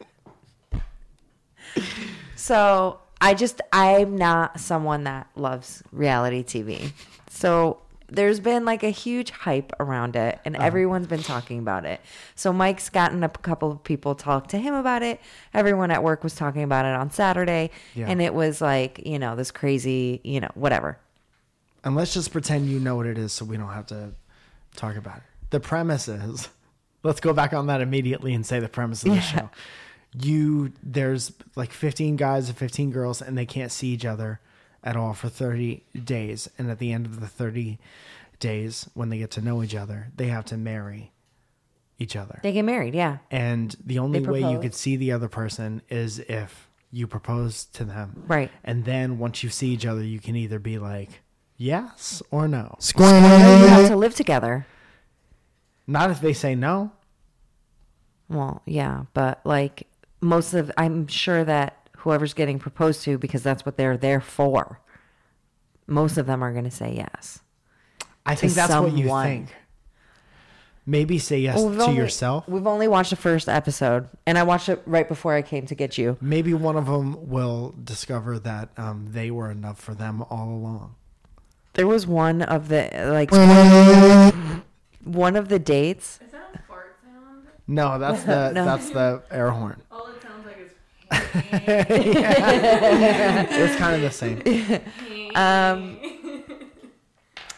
[SPEAKER 1] So I just I'm not someone that loves reality TV. So there's been like a huge hype around it and everyone's been talking about it. So Mike's gotten a p- couple of people talk to him about it. Everyone at work was talking about it on Saturday
[SPEAKER 2] Yeah.
[SPEAKER 1] and it was like, you know, this crazy, you know, whatever.
[SPEAKER 2] and let's just pretend you know what it is, so we don't have to talk about it. The premise is, let's go back on that immediately and say the premise of the show. You there's like 15 guys and 15 girls, and they can't see each other at all for 30 days. And at the end of the 30 days, when they get to know each other, they have to marry each other.
[SPEAKER 1] They get married, yeah.
[SPEAKER 2] and the only
[SPEAKER 1] They
[SPEAKER 2] way you
[SPEAKER 1] propose.
[SPEAKER 2] could see the other person is if you propose to them.
[SPEAKER 1] Right.
[SPEAKER 2] And then once you see each other, you can either be like yes or no.
[SPEAKER 1] And you have to live together.
[SPEAKER 2] Not if they say no.
[SPEAKER 1] Well, yeah, but like most of I'm sure that whoever's getting proposed to because that's what they're there for. Most of them are going to say yes.
[SPEAKER 2] I think that's what you
[SPEAKER 1] someone.
[SPEAKER 2] think. Maybe say yes
[SPEAKER 1] Well, we've
[SPEAKER 2] to
[SPEAKER 1] only-
[SPEAKER 2] yourself.
[SPEAKER 1] We've only watched the first episode, and I watched it right before I came to get you.
[SPEAKER 2] Maybe one of them will discover that um, they were enough for them all along.
[SPEAKER 1] There was one of the like one of the dates.
[SPEAKER 3] Is that a fart sound?
[SPEAKER 2] No, that's the
[SPEAKER 1] No.
[SPEAKER 2] that's the air horn.
[SPEAKER 3] All it sounds like is.
[SPEAKER 2] It's kind of the same.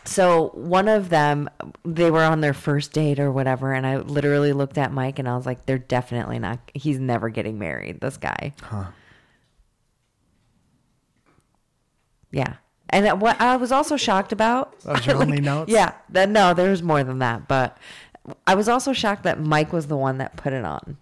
[SPEAKER 1] So one of them, they were on their first date or whatever, and I literally looked at Mike and I was like, "They're definitely not. He's never getting married. This guy."
[SPEAKER 2] Huh.
[SPEAKER 1] Yeah. And what I was also shocked about.
[SPEAKER 2] That was your only notes?
[SPEAKER 1] Yeah. That, no, there was more than that. But I was also shocked that Mike was the one that put it on.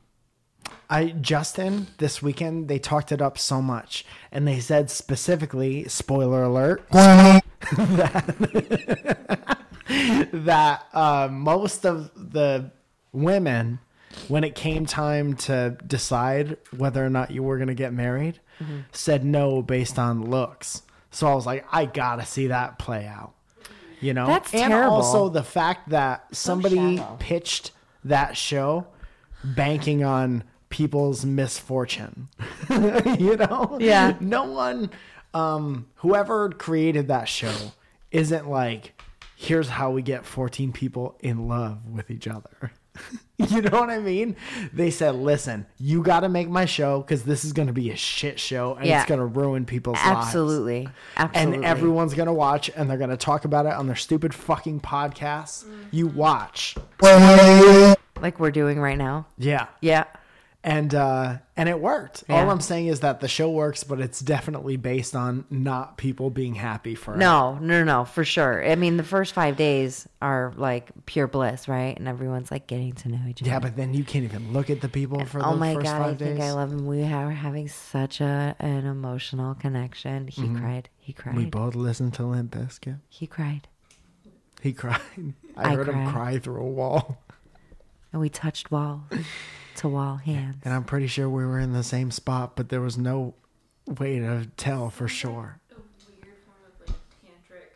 [SPEAKER 2] I Justin this weekend they talked it up so much and they said specifically spoiler alert that, that uh, most of the women when it came time to decide whether or not you were going to get married
[SPEAKER 1] Mm-hmm.
[SPEAKER 2] said no based on looks so I was like I gotta see that play out you know
[SPEAKER 1] That's
[SPEAKER 2] and
[SPEAKER 1] terrible.
[SPEAKER 2] also the fact that somebody
[SPEAKER 1] shallow.
[SPEAKER 2] pitched that show banking on people's misfortune. you know?
[SPEAKER 1] Yeah.
[SPEAKER 2] No one, um, whoever created that show isn't like, here's how we get 14 people in love with each other. you know what I mean? They said, listen, you got to make my show because this is going to be a shit show and
[SPEAKER 1] Yeah.
[SPEAKER 2] it's going to ruin people's lives.
[SPEAKER 1] Absolutely. Absolutely.
[SPEAKER 2] And everyone's going to watch and they're going to talk about it on their stupid fucking podcasts. You watch.
[SPEAKER 1] Like we're doing right now.
[SPEAKER 2] Yeah
[SPEAKER 1] Yeah.
[SPEAKER 2] and uh and it worked all
[SPEAKER 1] Yeah.
[SPEAKER 2] i'm saying is that the show works but it's definitely based on not people being happy for it.
[SPEAKER 1] No, no, no, no, for sure. I mean, the first five days are like pure bliss, right? And everyone's like getting to know each other.
[SPEAKER 2] yeah but then you can't even look at the people for
[SPEAKER 1] oh
[SPEAKER 2] the
[SPEAKER 1] my
[SPEAKER 2] first
[SPEAKER 1] god, I
[SPEAKER 2] five
[SPEAKER 1] think
[SPEAKER 2] days
[SPEAKER 1] I love him. We are having such a an emotional connection. He cried. He cried.
[SPEAKER 2] Mm-hmm. we both listened to limp bizkit
[SPEAKER 1] he cried.
[SPEAKER 2] he cried i,
[SPEAKER 1] I
[SPEAKER 2] heard him
[SPEAKER 1] cried.
[SPEAKER 2] cry through a wall
[SPEAKER 1] And we touched wall to wall hands.
[SPEAKER 2] and i'm pretty sure we were in the same spot but there was no way to tell for sure
[SPEAKER 3] A weird form of like tantric,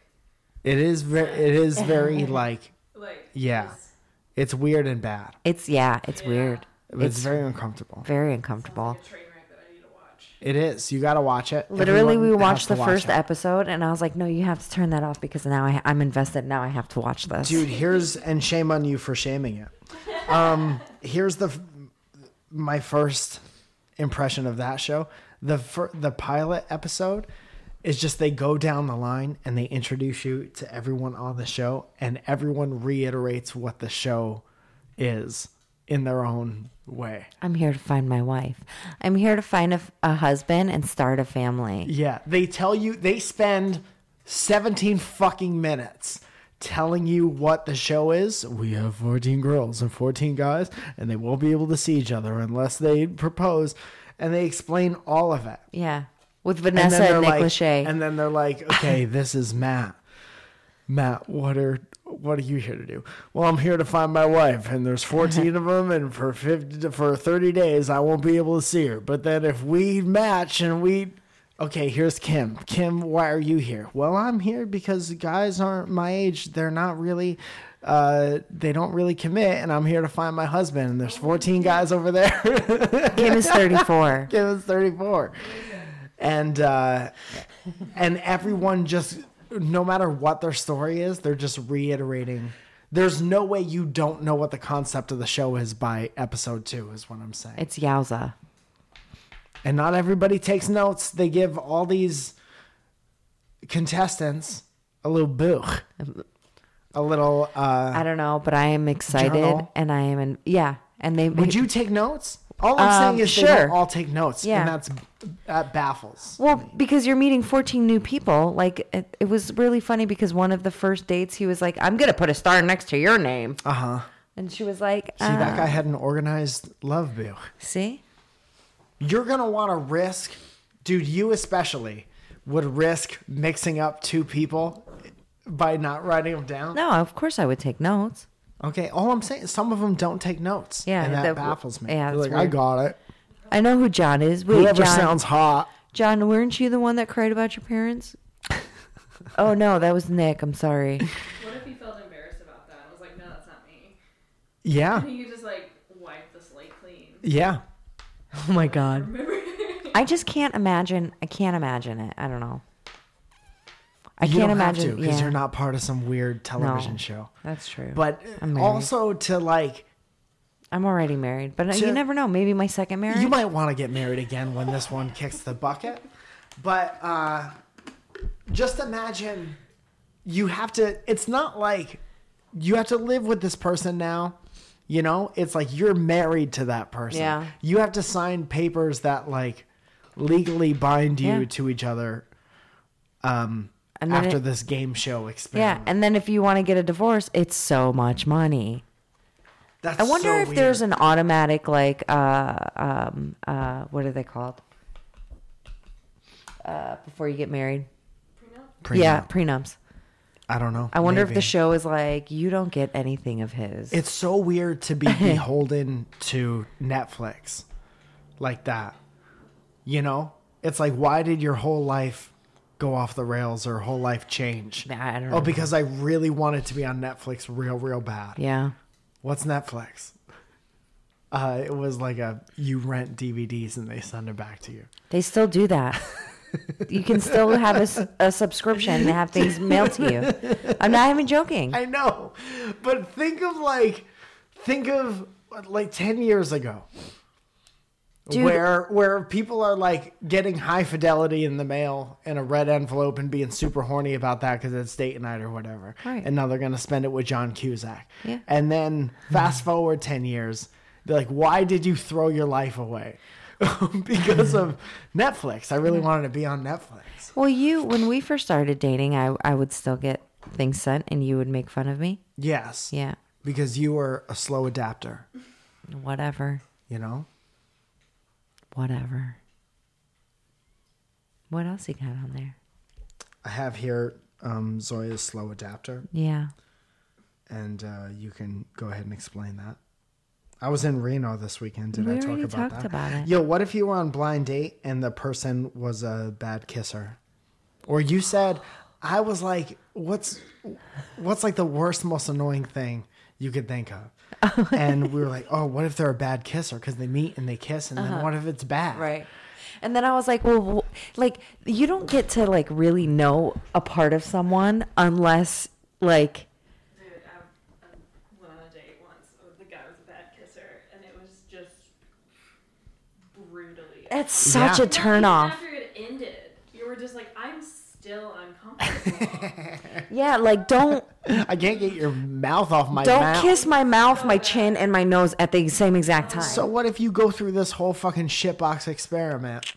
[SPEAKER 2] it is very it is very like
[SPEAKER 3] like.
[SPEAKER 2] Yeah.
[SPEAKER 3] just-
[SPEAKER 2] it's weird and bad
[SPEAKER 1] It's yeah, it's
[SPEAKER 3] Yeah.
[SPEAKER 1] weird.
[SPEAKER 2] it's,
[SPEAKER 1] It's-
[SPEAKER 2] very uncomfortable
[SPEAKER 1] Very
[SPEAKER 3] sounds
[SPEAKER 1] uncomfortable.
[SPEAKER 3] Like a train wreck that I need to watch.
[SPEAKER 2] it is you gotta watch it
[SPEAKER 1] Literally,
[SPEAKER 2] Everyone
[SPEAKER 1] we
[SPEAKER 2] has
[SPEAKER 1] watched
[SPEAKER 2] to
[SPEAKER 1] the
[SPEAKER 2] watch
[SPEAKER 1] first
[SPEAKER 2] it.
[SPEAKER 1] episode, and I was like, "No, you have to turn that off because now I, I'm invested. Now I have to watch this."
[SPEAKER 2] dude here's and shame on you for shaming it um here's the f- my first impression of that show the fir- the pilot episode is just they go down the line and they introduce you to everyone on the show and everyone reiterates what the show is in their own way
[SPEAKER 1] I'm here to find my wife. I'm here to find a, f- a husband and start a family.
[SPEAKER 2] Yeah, they tell you they spend 17 fucking minutes telling you what the show is. We have 14 girls and 14 guys and they won't be able to see each other unless they propose and they explain all of it.
[SPEAKER 1] Yeah, with
[SPEAKER 2] And
[SPEAKER 1] Vanessa and,
[SPEAKER 2] they're
[SPEAKER 1] Nick
[SPEAKER 2] like
[SPEAKER 1] Lachey.
[SPEAKER 2] and then they're like, "Okay, this is Matt. Matt, what are what are you here to do? Well, I'm here to find my wife, and there's 14 of them, and for 50 to- for 30 days I won't be able to see her. But then if we match and we, okay, here's Kim. Kim, why are you here? Well, I'm here because guys aren't my age. They're not really. Uh, they don't really commit, and I'm here to find my husband. And there's 14 guys over there.
[SPEAKER 1] Kim is 34.
[SPEAKER 2] Kim is 34. And uh, and everyone just no matter what their story is, they're just reiterating. There's no way you don't know what the concept of the show is by episode two, is what I'm saying.
[SPEAKER 1] It's Yowza.
[SPEAKER 2] And not everybody takes notes. They give all these contestants a little boo, a little. Uh,
[SPEAKER 1] I don't know, but I am excited
[SPEAKER 2] Journal.
[SPEAKER 1] and I am in. Yeah. And they
[SPEAKER 2] would you take notes? All I'm
[SPEAKER 1] Um,
[SPEAKER 2] saying is they
[SPEAKER 1] sure.
[SPEAKER 2] don't all take notes,
[SPEAKER 1] Yeah.
[SPEAKER 2] and that's that baffles.
[SPEAKER 1] Well, because you're meeting 14 new people. Like, it, it was really funny because one of the first dates, he was like, I'm going to put a star next to your name.
[SPEAKER 2] Uh huh.
[SPEAKER 1] And she was like,
[SPEAKER 2] See, that
[SPEAKER 1] uh,
[SPEAKER 2] guy had an organized love boo.
[SPEAKER 1] see?
[SPEAKER 2] you're gonna want to risk, dude. You especially would risk mixing up two people by not writing them down.
[SPEAKER 1] No, of course I would take notes.
[SPEAKER 2] Okay, all I'm saying, some of them don't take notes.
[SPEAKER 1] Yeah,
[SPEAKER 2] and that,
[SPEAKER 1] that-
[SPEAKER 2] baffles me.
[SPEAKER 1] yeah,
[SPEAKER 2] They're
[SPEAKER 1] it's
[SPEAKER 2] like I
[SPEAKER 1] weird.
[SPEAKER 2] got it.
[SPEAKER 1] I know who John is. Wait,
[SPEAKER 2] Whoever
[SPEAKER 1] John,
[SPEAKER 2] sounds hot.
[SPEAKER 1] John, weren't you the one that cried about your parents? oh, no, that was Nick. I'm sorry.
[SPEAKER 3] What if he felt embarrassed about that and was like, no, that's not me?
[SPEAKER 2] Yeah,
[SPEAKER 3] And he could just like wipe the slate clean.
[SPEAKER 2] yeah.
[SPEAKER 1] Oh, my God.
[SPEAKER 3] Remember?
[SPEAKER 1] I just can't imagine. I can't imagine it. I don't know. I
[SPEAKER 2] you
[SPEAKER 1] can't
[SPEAKER 2] don't
[SPEAKER 1] imagine.
[SPEAKER 2] have to because
[SPEAKER 1] yeah,
[SPEAKER 2] you're not part of some weird television
[SPEAKER 1] No.
[SPEAKER 2] show.
[SPEAKER 1] That's true.
[SPEAKER 2] But
[SPEAKER 1] I'm married.
[SPEAKER 2] also to like,
[SPEAKER 1] I'm already married, but
[SPEAKER 2] To-
[SPEAKER 1] you never know. Maybe my second marriage.
[SPEAKER 2] you might want to get married again when this one kicks the bucket. But uh, just imagine you have to, it's not like you have to live with this person now. You know, it's like you're married to that person.
[SPEAKER 1] Yeah.
[SPEAKER 2] You have to sign papers that like legally bind you
[SPEAKER 1] Yeah.
[SPEAKER 2] to each other um,
[SPEAKER 1] And then
[SPEAKER 2] after
[SPEAKER 1] it-
[SPEAKER 2] this game show
[SPEAKER 1] Yeah,
[SPEAKER 2] experiment.
[SPEAKER 1] and then if you want to get a divorce, it's so much money.
[SPEAKER 2] That's
[SPEAKER 1] I wonder
[SPEAKER 2] so
[SPEAKER 1] if there's
[SPEAKER 2] weird.
[SPEAKER 1] an automatic like uh um uh what are they called? Uh before you get married. Yeah,
[SPEAKER 2] Prenup.
[SPEAKER 1] prenups.
[SPEAKER 2] I don't know.
[SPEAKER 1] I wonder if
[SPEAKER 2] Maybe.
[SPEAKER 1] the show is like you don't get anything of his.
[SPEAKER 2] It's so weird to be beholden to Netflix like that. You know? It's like why did your whole life go off the rails or whole life change?
[SPEAKER 1] I don't
[SPEAKER 2] Oh,
[SPEAKER 1] know.
[SPEAKER 2] because I really wanted to be on Netflix real real bad.
[SPEAKER 1] yeah.
[SPEAKER 2] What's Netflix? Uh, it was like a you rent DVDs and they send it back to you.
[SPEAKER 1] They still do that. you can still have a, s- a subscription and have things mailed to you. I'm not even joking.
[SPEAKER 2] I know. But think of like think of like 10 years ago.
[SPEAKER 1] Dude.
[SPEAKER 2] Where where people are like getting high fidelity in the mail in a red envelope and being super horny about that because it's date night or whatever,
[SPEAKER 1] Right.
[SPEAKER 2] and now they're gonna spend it with John Cusack.
[SPEAKER 1] Yeah.
[SPEAKER 2] And then fast forward ten years, they're like, "Why did you throw your life away?" because of Netflix. I really wanted to be on Netflix.
[SPEAKER 1] Well, you when we first started dating, I I would still get things sent and you would make fun of me.
[SPEAKER 2] Yes.
[SPEAKER 1] Yeah.
[SPEAKER 2] Because you were a slow adapter.
[SPEAKER 1] Whatever.
[SPEAKER 2] You know.
[SPEAKER 1] Whatever. What else you got on there?
[SPEAKER 2] I have here um, Zoya's slow adapter,
[SPEAKER 1] Yeah.
[SPEAKER 2] and uh, you can go ahead and explain that. I was in Reno this weekend. Did
[SPEAKER 1] We
[SPEAKER 2] I talk
[SPEAKER 1] already
[SPEAKER 2] about
[SPEAKER 1] talked
[SPEAKER 2] that?
[SPEAKER 1] about it.
[SPEAKER 2] Yo, what if you were on blind date and the person was a bad kisser, or you said, "I was like, what's, what's like the worst, most annoying thing you could think of?" and we were like, "Oh, what if they're a bad kisser? Because they meet and they kiss, and
[SPEAKER 1] Uh-huh.
[SPEAKER 2] then what if it's bad?"
[SPEAKER 1] Right. And then I was like, well, wh- like you don't get to like really know a part of someone unless like
[SPEAKER 3] Dude, I, I went on a date once. with The guy was a bad kisser, and it was just brutally.
[SPEAKER 1] that's such
[SPEAKER 2] Yeah.
[SPEAKER 1] a turn
[SPEAKER 3] Even
[SPEAKER 1] off.
[SPEAKER 3] After it ended, you were just like, I'm still uncomfortable.
[SPEAKER 1] Yeah, like don't
[SPEAKER 2] I can't get your mouth off my
[SPEAKER 1] don't
[SPEAKER 2] mouth.
[SPEAKER 1] kiss my mouth, my chin, and my nose at the same exact time.
[SPEAKER 2] So what if you go through this whole fucking shitbox experiment?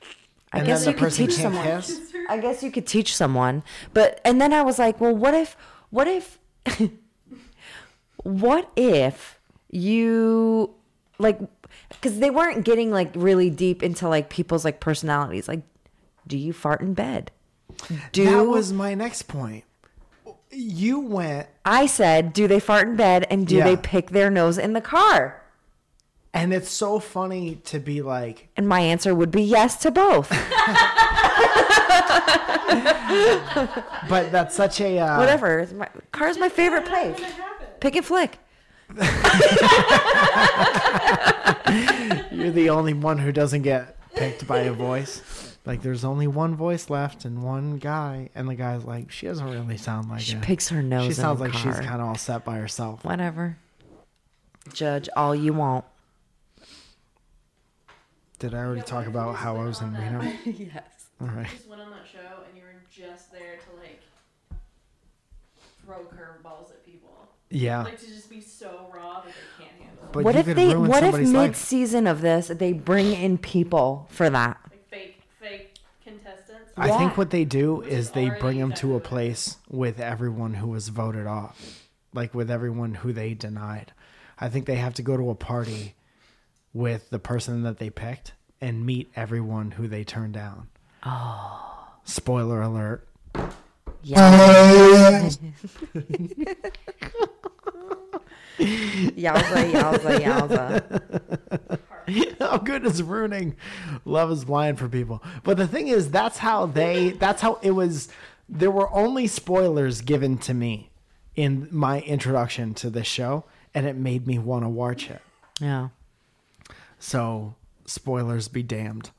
[SPEAKER 1] I
[SPEAKER 2] and
[SPEAKER 1] guess
[SPEAKER 2] then
[SPEAKER 1] you
[SPEAKER 2] the
[SPEAKER 1] could
[SPEAKER 2] person
[SPEAKER 1] teach
[SPEAKER 2] can't
[SPEAKER 1] someone.
[SPEAKER 2] kiss?
[SPEAKER 1] I guess you could teach someone. But and then I was like, well, what if what if what if you like cuz they weren't getting like really deep into like people's like personalities. Like do you fart in bed? Do
[SPEAKER 2] That was my next point. You went
[SPEAKER 1] I said, do they fart in bed and do
[SPEAKER 2] Yeah.
[SPEAKER 1] they pick their nose in the car?
[SPEAKER 2] and it's so funny to be like
[SPEAKER 1] And my answer would be yes to both.
[SPEAKER 2] but that's such a uh,
[SPEAKER 1] Whatever. It's My, car's my favorite place.
[SPEAKER 3] When it happened.
[SPEAKER 1] Pick and flick.
[SPEAKER 2] You're the only one who doesn't get picked by a voice. Like there's only one voice left and one guy, and the guy's like, she doesn't really sound like
[SPEAKER 1] She
[SPEAKER 2] it.
[SPEAKER 1] picks her nose.
[SPEAKER 2] She sounds
[SPEAKER 1] in
[SPEAKER 2] like
[SPEAKER 1] the
[SPEAKER 2] she's
[SPEAKER 1] car.
[SPEAKER 2] kind of all set by herself.
[SPEAKER 1] Whatever. Judge all you want.
[SPEAKER 2] Did I already
[SPEAKER 3] Yeah,
[SPEAKER 2] talk
[SPEAKER 3] what if
[SPEAKER 2] about
[SPEAKER 3] it's
[SPEAKER 2] how I
[SPEAKER 3] like
[SPEAKER 2] was in
[SPEAKER 3] on that-
[SPEAKER 2] Reno?
[SPEAKER 1] yes.
[SPEAKER 2] All right.
[SPEAKER 3] You just went on that show and you were just there to like throw curveballs at people.
[SPEAKER 2] Yeah.
[SPEAKER 3] Like to just be so raw that they can't handle it.
[SPEAKER 2] But
[SPEAKER 1] what
[SPEAKER 2] you
[SPEAKER 1] if
[SPEAKER 2] could
[SPEAKER 1] they?
[SPEAKER 2] ruin
[SPEAKER 1] What if
[SPEAKER 2] somebody's life.
[SPEAKER 1] mid-season of this they bring in people for that?
[SPEAKER 3] Like fake, fake contestants.
[SPEAKER 2] I think
[SPEAKER 1] Yeah.
[SPEAKER 2] what they do
[SPEAKER 3] is
[SPEAKER 2] is they bring
[SPEAKER 3] already
[SPEAKER 2] them to a
[SPEAKER 3] done.
[SPEAKER 2] place with everyone who was voted off, like with everyone who they denied. I think they have to go to a party with the person that they picked and meet everyone who they turned down. Oh. Spoiler alert.
[SPEAKER 1] Yowza, yowza, yowza.
[SPEAKER 2] How good is Oh, ruining Love is Blind for people? But the thing is, that's how they, that's how it was. There were only spoilers given to me in my introduction to this show, and it made me want to watch it.
[SPEAKER 1] Yeah.
[SPEAKER 2] So, spoilers be damned.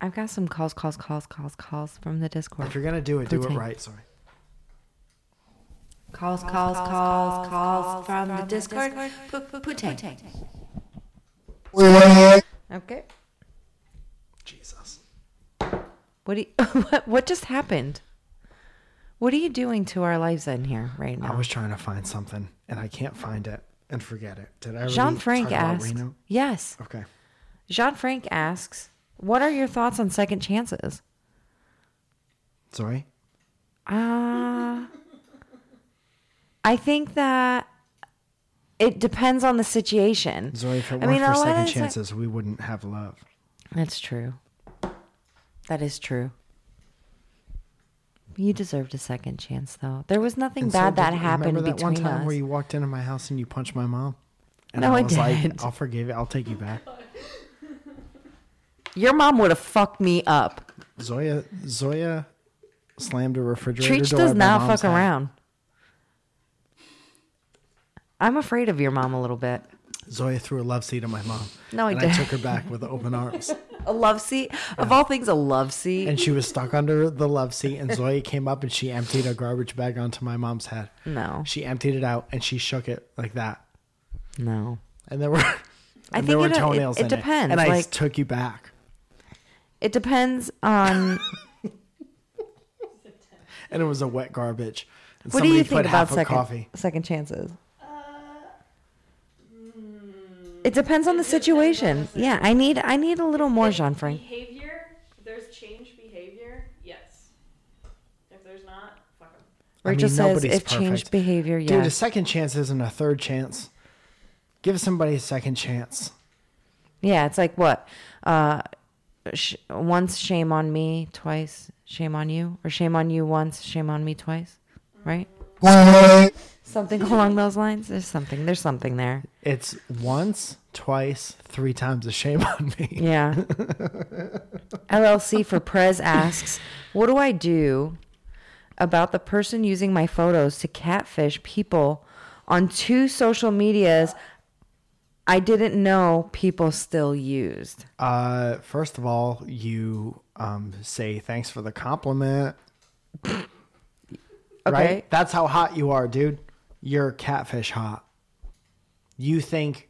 [SPEAKER 1] I've got some calls, calls, calls, calls, calls from the Discord.
[SPEAKER 2] If you're gonna do it, do it
[SPEAKER 1] Pretend.
[SPEAKER 2] right. Sorry.
[SPEAKER 1] Calls, calls, calls, calls from the Discord. Putang. Okay.
[SPEAKER 2] Jesus.
[SPEAKER 1] What do you, what, what just happened? What are you doing to our lives in here right
[SPEAKER 2] I
[SPEAKER 1] now?
[SPEAKER 2] was trying to find something and I can't find it and forget it. Did I? already
[SPEAKER 1] Jean Frank
[SPEAKER 2] talk about
[SPEAKER 1] asked.
[SPEAKER 2] Reno?
[SPEAKER 1] Yes.
[SPEAKER 2] Okay.
[SPEAKER 1] Jean Frank asks, "What are your thoughts on second chances?"
[SPEAKER 2] Sorry.
[SPEAKER 1] Uh, I think that it depends on the situation.
[SPEAKER 2] Zoe, if it weren't
[SPEAKER 1] I mean, a
[SPEAKER 2] for
[SPEAKER 1] lot
[SPEAKER 2] second
[SPEAKER 1] of the ti-
[SPEAKER 2] chances, we wouldn't have love.
[SPEAKER 1] That's true. That is true. You deserved a second chance, though. There was nothing
[SPEAKER 2] And so
[SPEAKER 1] bad
[SPEAKER 2] did
[SPEAKER 1] that
[SPEAKER 2] you
[SPEAKER 1] happened
[SPEAKER 2] Remember that
[SPEAKER 1] between
[SPEAKER 2] one time
[SPEAKER 1] us.
[SPEAKER 2] where you walked into my house and you punched my mom? And
[SPEAKER 1] No, I
[SPEAKER 2] was
[SPEAKER 1] didn't.
[SPEAKER 2] I'll forgive it. I'll take you back.
[SPEAKER 1] Your mom would have fucked me up.
[SPEAKER 2] Zoya, Zoya slammed a refrigerator
[SPEAKER 1] Treach
[SPEAKER 2] door.
[SPEAKER 1] does
[SPEAKER 2] at my
[SPEAKER 1] not
[SPEAKER 2] mom's
[SPEAKER 1] fuck
[SPEAKER 2] house.
[SPEAKER 1] around. I'm afraid of your mom a little bit.
[SPEAKER 2] Zoya threw a love seat at my mom.
[SPEAKER 1] No, I
[SPEAKER 2] and I
[SPEAKER 1] didn't.
[SPEAKER 2] took her back with open arms.
[SPEAKER 1] A love seat? Of all things, a love seat?
[SPEAKER 2] and she was stuck under the love seat and Zoe came up and she emptied a garbage bag onto my mom's head.
[SPEAKER 1] No.
[SPEAKER 2] She emptied it out and she shook it like that.
[SPEAKER 1] no.
[SPEAKER 2] And there were
[SPEAKER 1] I
[SPEAKER 2] and
[SPEAKER 1] think
[SPEAKER 2] there were
[SPEAKER 1] it- it-
[SPEAKER 2] toenails
[SPEAKER 1] it
[SPEAKER 2] in
[SPEAKER 1] depends,
[SPEAKER 2] And I
[SPEAKER 1] like-
[SPEAKER 2] took you back.
[SPEAKER 1] It depends on
[SPEAKER 2] And it was a wet garbage. And
[SPEAKER 1] what do you
[SPEAKER 2] somebody
[SPEAKER 1] think
[SPEAKER 2] put
[SPEAKER 1] about
[SPEAKER 2] half a
[SPEAKER 1] second
[SPEAKER 2] coffee.
[SPEAKER 1] second chances. Uh, mm, It depends on the
[SPEAKER 3] depends on the
[SPEAKER 1] situation. Yeah, I need I need a little more Jean Frank.
[SPEAKER 3] Behavior. If there's change behavior, yes. If there's not, fuck 'em.
[SPEAKER 2] I mean,
[SPEAKER 1] Rachel says
[SPEAKER 2] nobody's
[SPEAKER 1] if changed
[SPEAKER 2] perfect.
[SPEAKER 1] behavior, yes.
[SPEAKER 2] Dude, a second chance isn't a third chance. Give somebody a second chance.
[SPEAKER 1] Yeah, it's like what? Uh, sh- once shame on me, twice shame on you, or shame on you once, shame on me twice, right? Something along those lines. There's something. There's something there.
[SPEAKER 2] It's once, twice, three times a shame on me.
[SPEAKER 1] Yeah. LLC for Prez asks, what do I do about the person using my photos to catfish people on two social medias I didn't know people still used?
[SPEAKER 2] Uh, first of all, you um, say thanks for the compliment.
[SPEAKER 1] Okay.
[SPEAKER 2] Right? That's how hot you are, dude. You're catfish hot. You think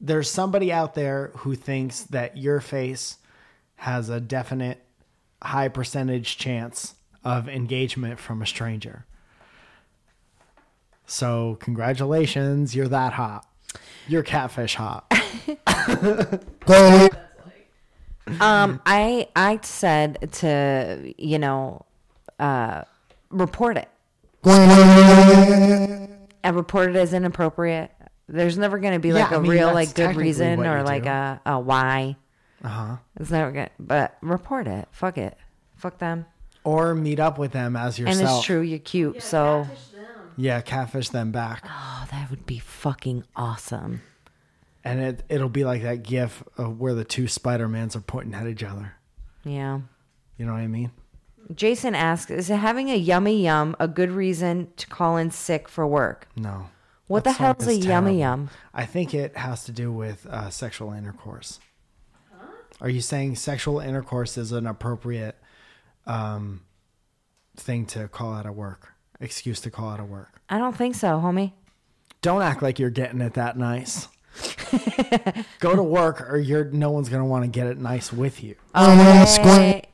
[SPEAKER 2] there's somebody out there who thinks that your face has a definite high percentage chance of engagement from a stranger. So, congratulations, you're that hot. You're catfish hot.
[SPEAKER 3] That's like
[SPEAKER 1] Um, I I said to you know, uh, report it. I reported as inappropriate. There's never going to be like
[SPEAKER 2] Yeah, I
[SPEAKER 1] a
[SPEAKER 2] mean,
[SPEAKER 1] real
[SPEAKER 2] that's
[SPEAKER 1] like good
[SPEAKER 2] technically
[SPEAKER 1] reason
[SPEAKER 2] what
[SPEAKER 1] or
[SPEAKER 2] you
[SPEAKER 1] like
[SPEAKER 2] do.
[SPEAKER 1] a, a why.
[SPEAKER 2] Uh huh.
[SPEAKER 1] It's never gonna. But report it. Fuck it. Fuck them.
[SPEAKER 2] Or meet up with them as yourself.
[SPEAKER 1] And it's true. You're cute.
[SPEAKER 3] yeah,
[SPEAKER 1] so
[SPEAKER 3] catfish them.
[SPEAKER 2] Yeah, catfish them back.
[SPEAKER 1] Oh, that would be fucking awesome.
[SPEAKER 2] And it it'll be like that gif of where the two Spider-Mans are pointing at each other.
[SPEAKER 1] Yeah.
[SPEAKER 2] You know what I mean?
[SPEAKER 1] Jason asks, is having a yummy yum a good reason to call in sick for work?
[SPEAKER 2] No.
[SPEAKER 1] What
[SPEAKER 2] That
[SPEAKER 1] the hell's
[SPEAKER 2] song
[SPEAKER 1] a
[SPEAKER 2] is
[SPEAKER 1] yummy
[SPEAKER 2] terrible.
[SPEAKER 1] yum?
[SPEAKER 2] I think it has to do with uh, sexual intercourse. Are you saying sexual intercourse is an appropriate um, thing to call out of work? Excuse to call out of work.
[SPEAKER 1] I don't think so, homie.
[SPEAKER 2] Don't act like you're getting it that nice. Go to work, or you're no one's gonna want to get it nice with you.
[SPEAKER 4] Squirrel, squirrel,
[SPEAKER 1] Hey.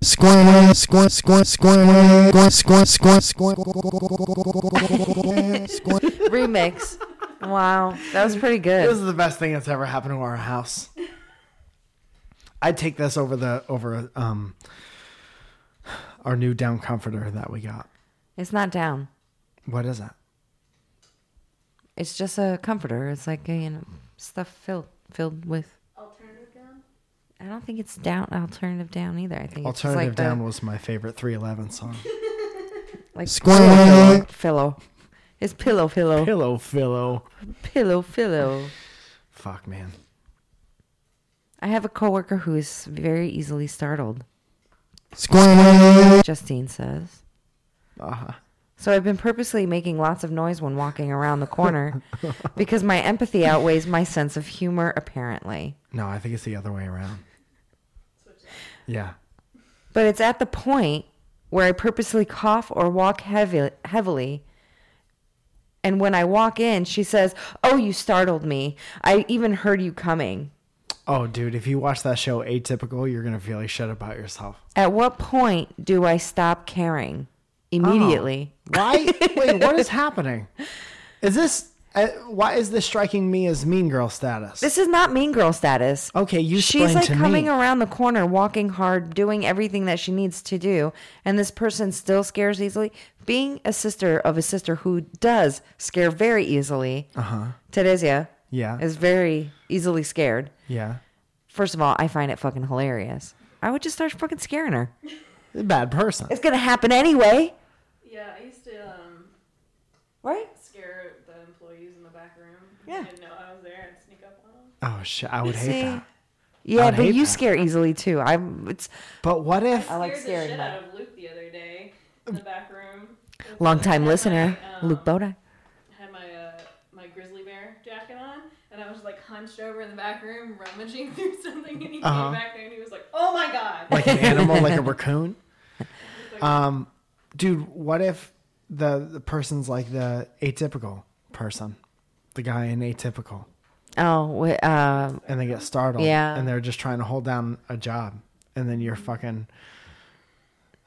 [SPEAKER 4] squirrel, squirrel, squirrel, squirrel, squirrel, squirrel, squirrel, squirrel.
[SPEAKER 1] Remix. Wow. That was pretty
[SPEAKER 2] This
[SPEAKER 1] good.
[SPEAKER 2] is the best thing that's ever happened to our house. I'd take this over the over um our new down comforter that we got.
[SPEAKER 1] It's not down.
[SPEAKER 2] What is that?
[SPEAKER 1] It's just a comforter. It's like you know stuff filled filled with
[SPEAKER 3] Alternative gown?
[SPEAKER 1] I don't think it's down alternative down either. I think
[SPEAKER 2] Alternative
[SPEAKER 1] it's just like
[SPEAKER 2] Down
[SPEAKER 1] the,
[SPEAKER 2] was my favorite 311 song.
[SPEAKER 1] like
[SPEAKER 4] Squirrel.
[SPEAKER 1] pillow. It's pillow pillow.
[SPEAKER 2] Pillow Philo.
[SPEAKER 1] Pillow pillow.
[SPEAKER 2] Fuck, man.
[SPEAKER 1] I have a coworker who is very easily startled.
[SPEAKER 4] Squirrel,
[SPEAKER 1] Justine says.
[SPEAKER 2] Uh-huh.
[SPEAKER 1] So I've been purposely making lots of noise when walking around the corner because my empathy outweighs my sense of humor apparently.
[SPEAKER 2] No, I think it's the other way around. Yeah.
[SPEAKER 1] But it's at the point where I purposely cough or walk heavy, heavily. And when I walk in, she says, Oh, you startled me. I even heard you coming.
[SPEAKER 2] Oh, dude, if you watch that show Atypical, you're going to feel like shit about yourself.
[SPEAKER 1] At what point do I stop caring? Immediately.
[SPEAKER 2] Why? Wait, what is happening? Is this. Uh, why is this striking me as mean girl status?
[SPEAKER 1] This is not mean girl status.
[SPEAKER 2] okay, you Oh, explain
[SPEAKER 1] She's like
[SPEAKER 2] to
[SPEAKER 1] coming
[SPEAKER 2] me.
[SPEAKER 1] around the corner, walking hard, doing everything that she needs to do, and this person still scares easily. Being a sister of a sister who does scare very easily,
[SPEAKER 2] Uh.
[SPEAKER 1] uh-huh. Teresia
[SPEAKER 2] Yeah.
[SPEAKER 1] is very easily scared.
[SPEAKER 2] yeah.
[SPEAKER 1] First of all, I find it fucking hilarious. I would just start fucking scaring her.
[SPEAKER 2] Bad person.
[SPEAKER 1] It's gonna happen anyway,
[SPEAKER 3] Yeah, I used to um,
[SPEAKER 1] right?
[SPEAKER 3] scare the employees in the back room.
[SPEAKER 1] Yeah.
[SPEAKER 3] They didn't know I was there and sneak up on them.
[SPEAKER 2] Oh, shit. I would hate
[SPEAKER 1] See?
[SPEAKER 2] that.
[SPEAKER 1] Yeah,
[SPEAKER 2] would
[SPEAKER 1] but
[SPEAKER 2] hate
[SPEAKER 1] you
[SPEAKER 2] that.
[SPEAKER 1] scare easily too. I'm. It's
[SPEAKER 2] But what if.
[SPEAKER 1] I like
[SPEAKER 3] scared
[SPEAKER 1] scaring
[SPEAKER 3] the shit
[SPEAKER 1] them.
[SPEAKER 3] out of Luke the other day in the back room.
[SPEAKER 1] long time
[SPEAKER 3] Had
[SPEAKER 1] listener,
[SPEAKER 3] my, um,
[SPEAKER 1] Luke Boda.
[SPEAKER 3] Had my uh, my grizzly bear jacket on, and I was like hunched over in the back room, rummaging through something, and he
[SPEAKER 2] Uh-huh.
[SPEAKER 3] came back there and he was like, "Oh my god!"
[SPEAKER 2] like an animal, like a raccoon. Um, dude, what if the, the person's like the atypical person, the guy in atypical,
[SPEAKER 1] Oh, wait, uh,
[SPEAKER 2] and they get startled,
[SPEAKER 1] Yeah.
[SPEAKER 2] and they're just trying to hold down a job, and then you're fucking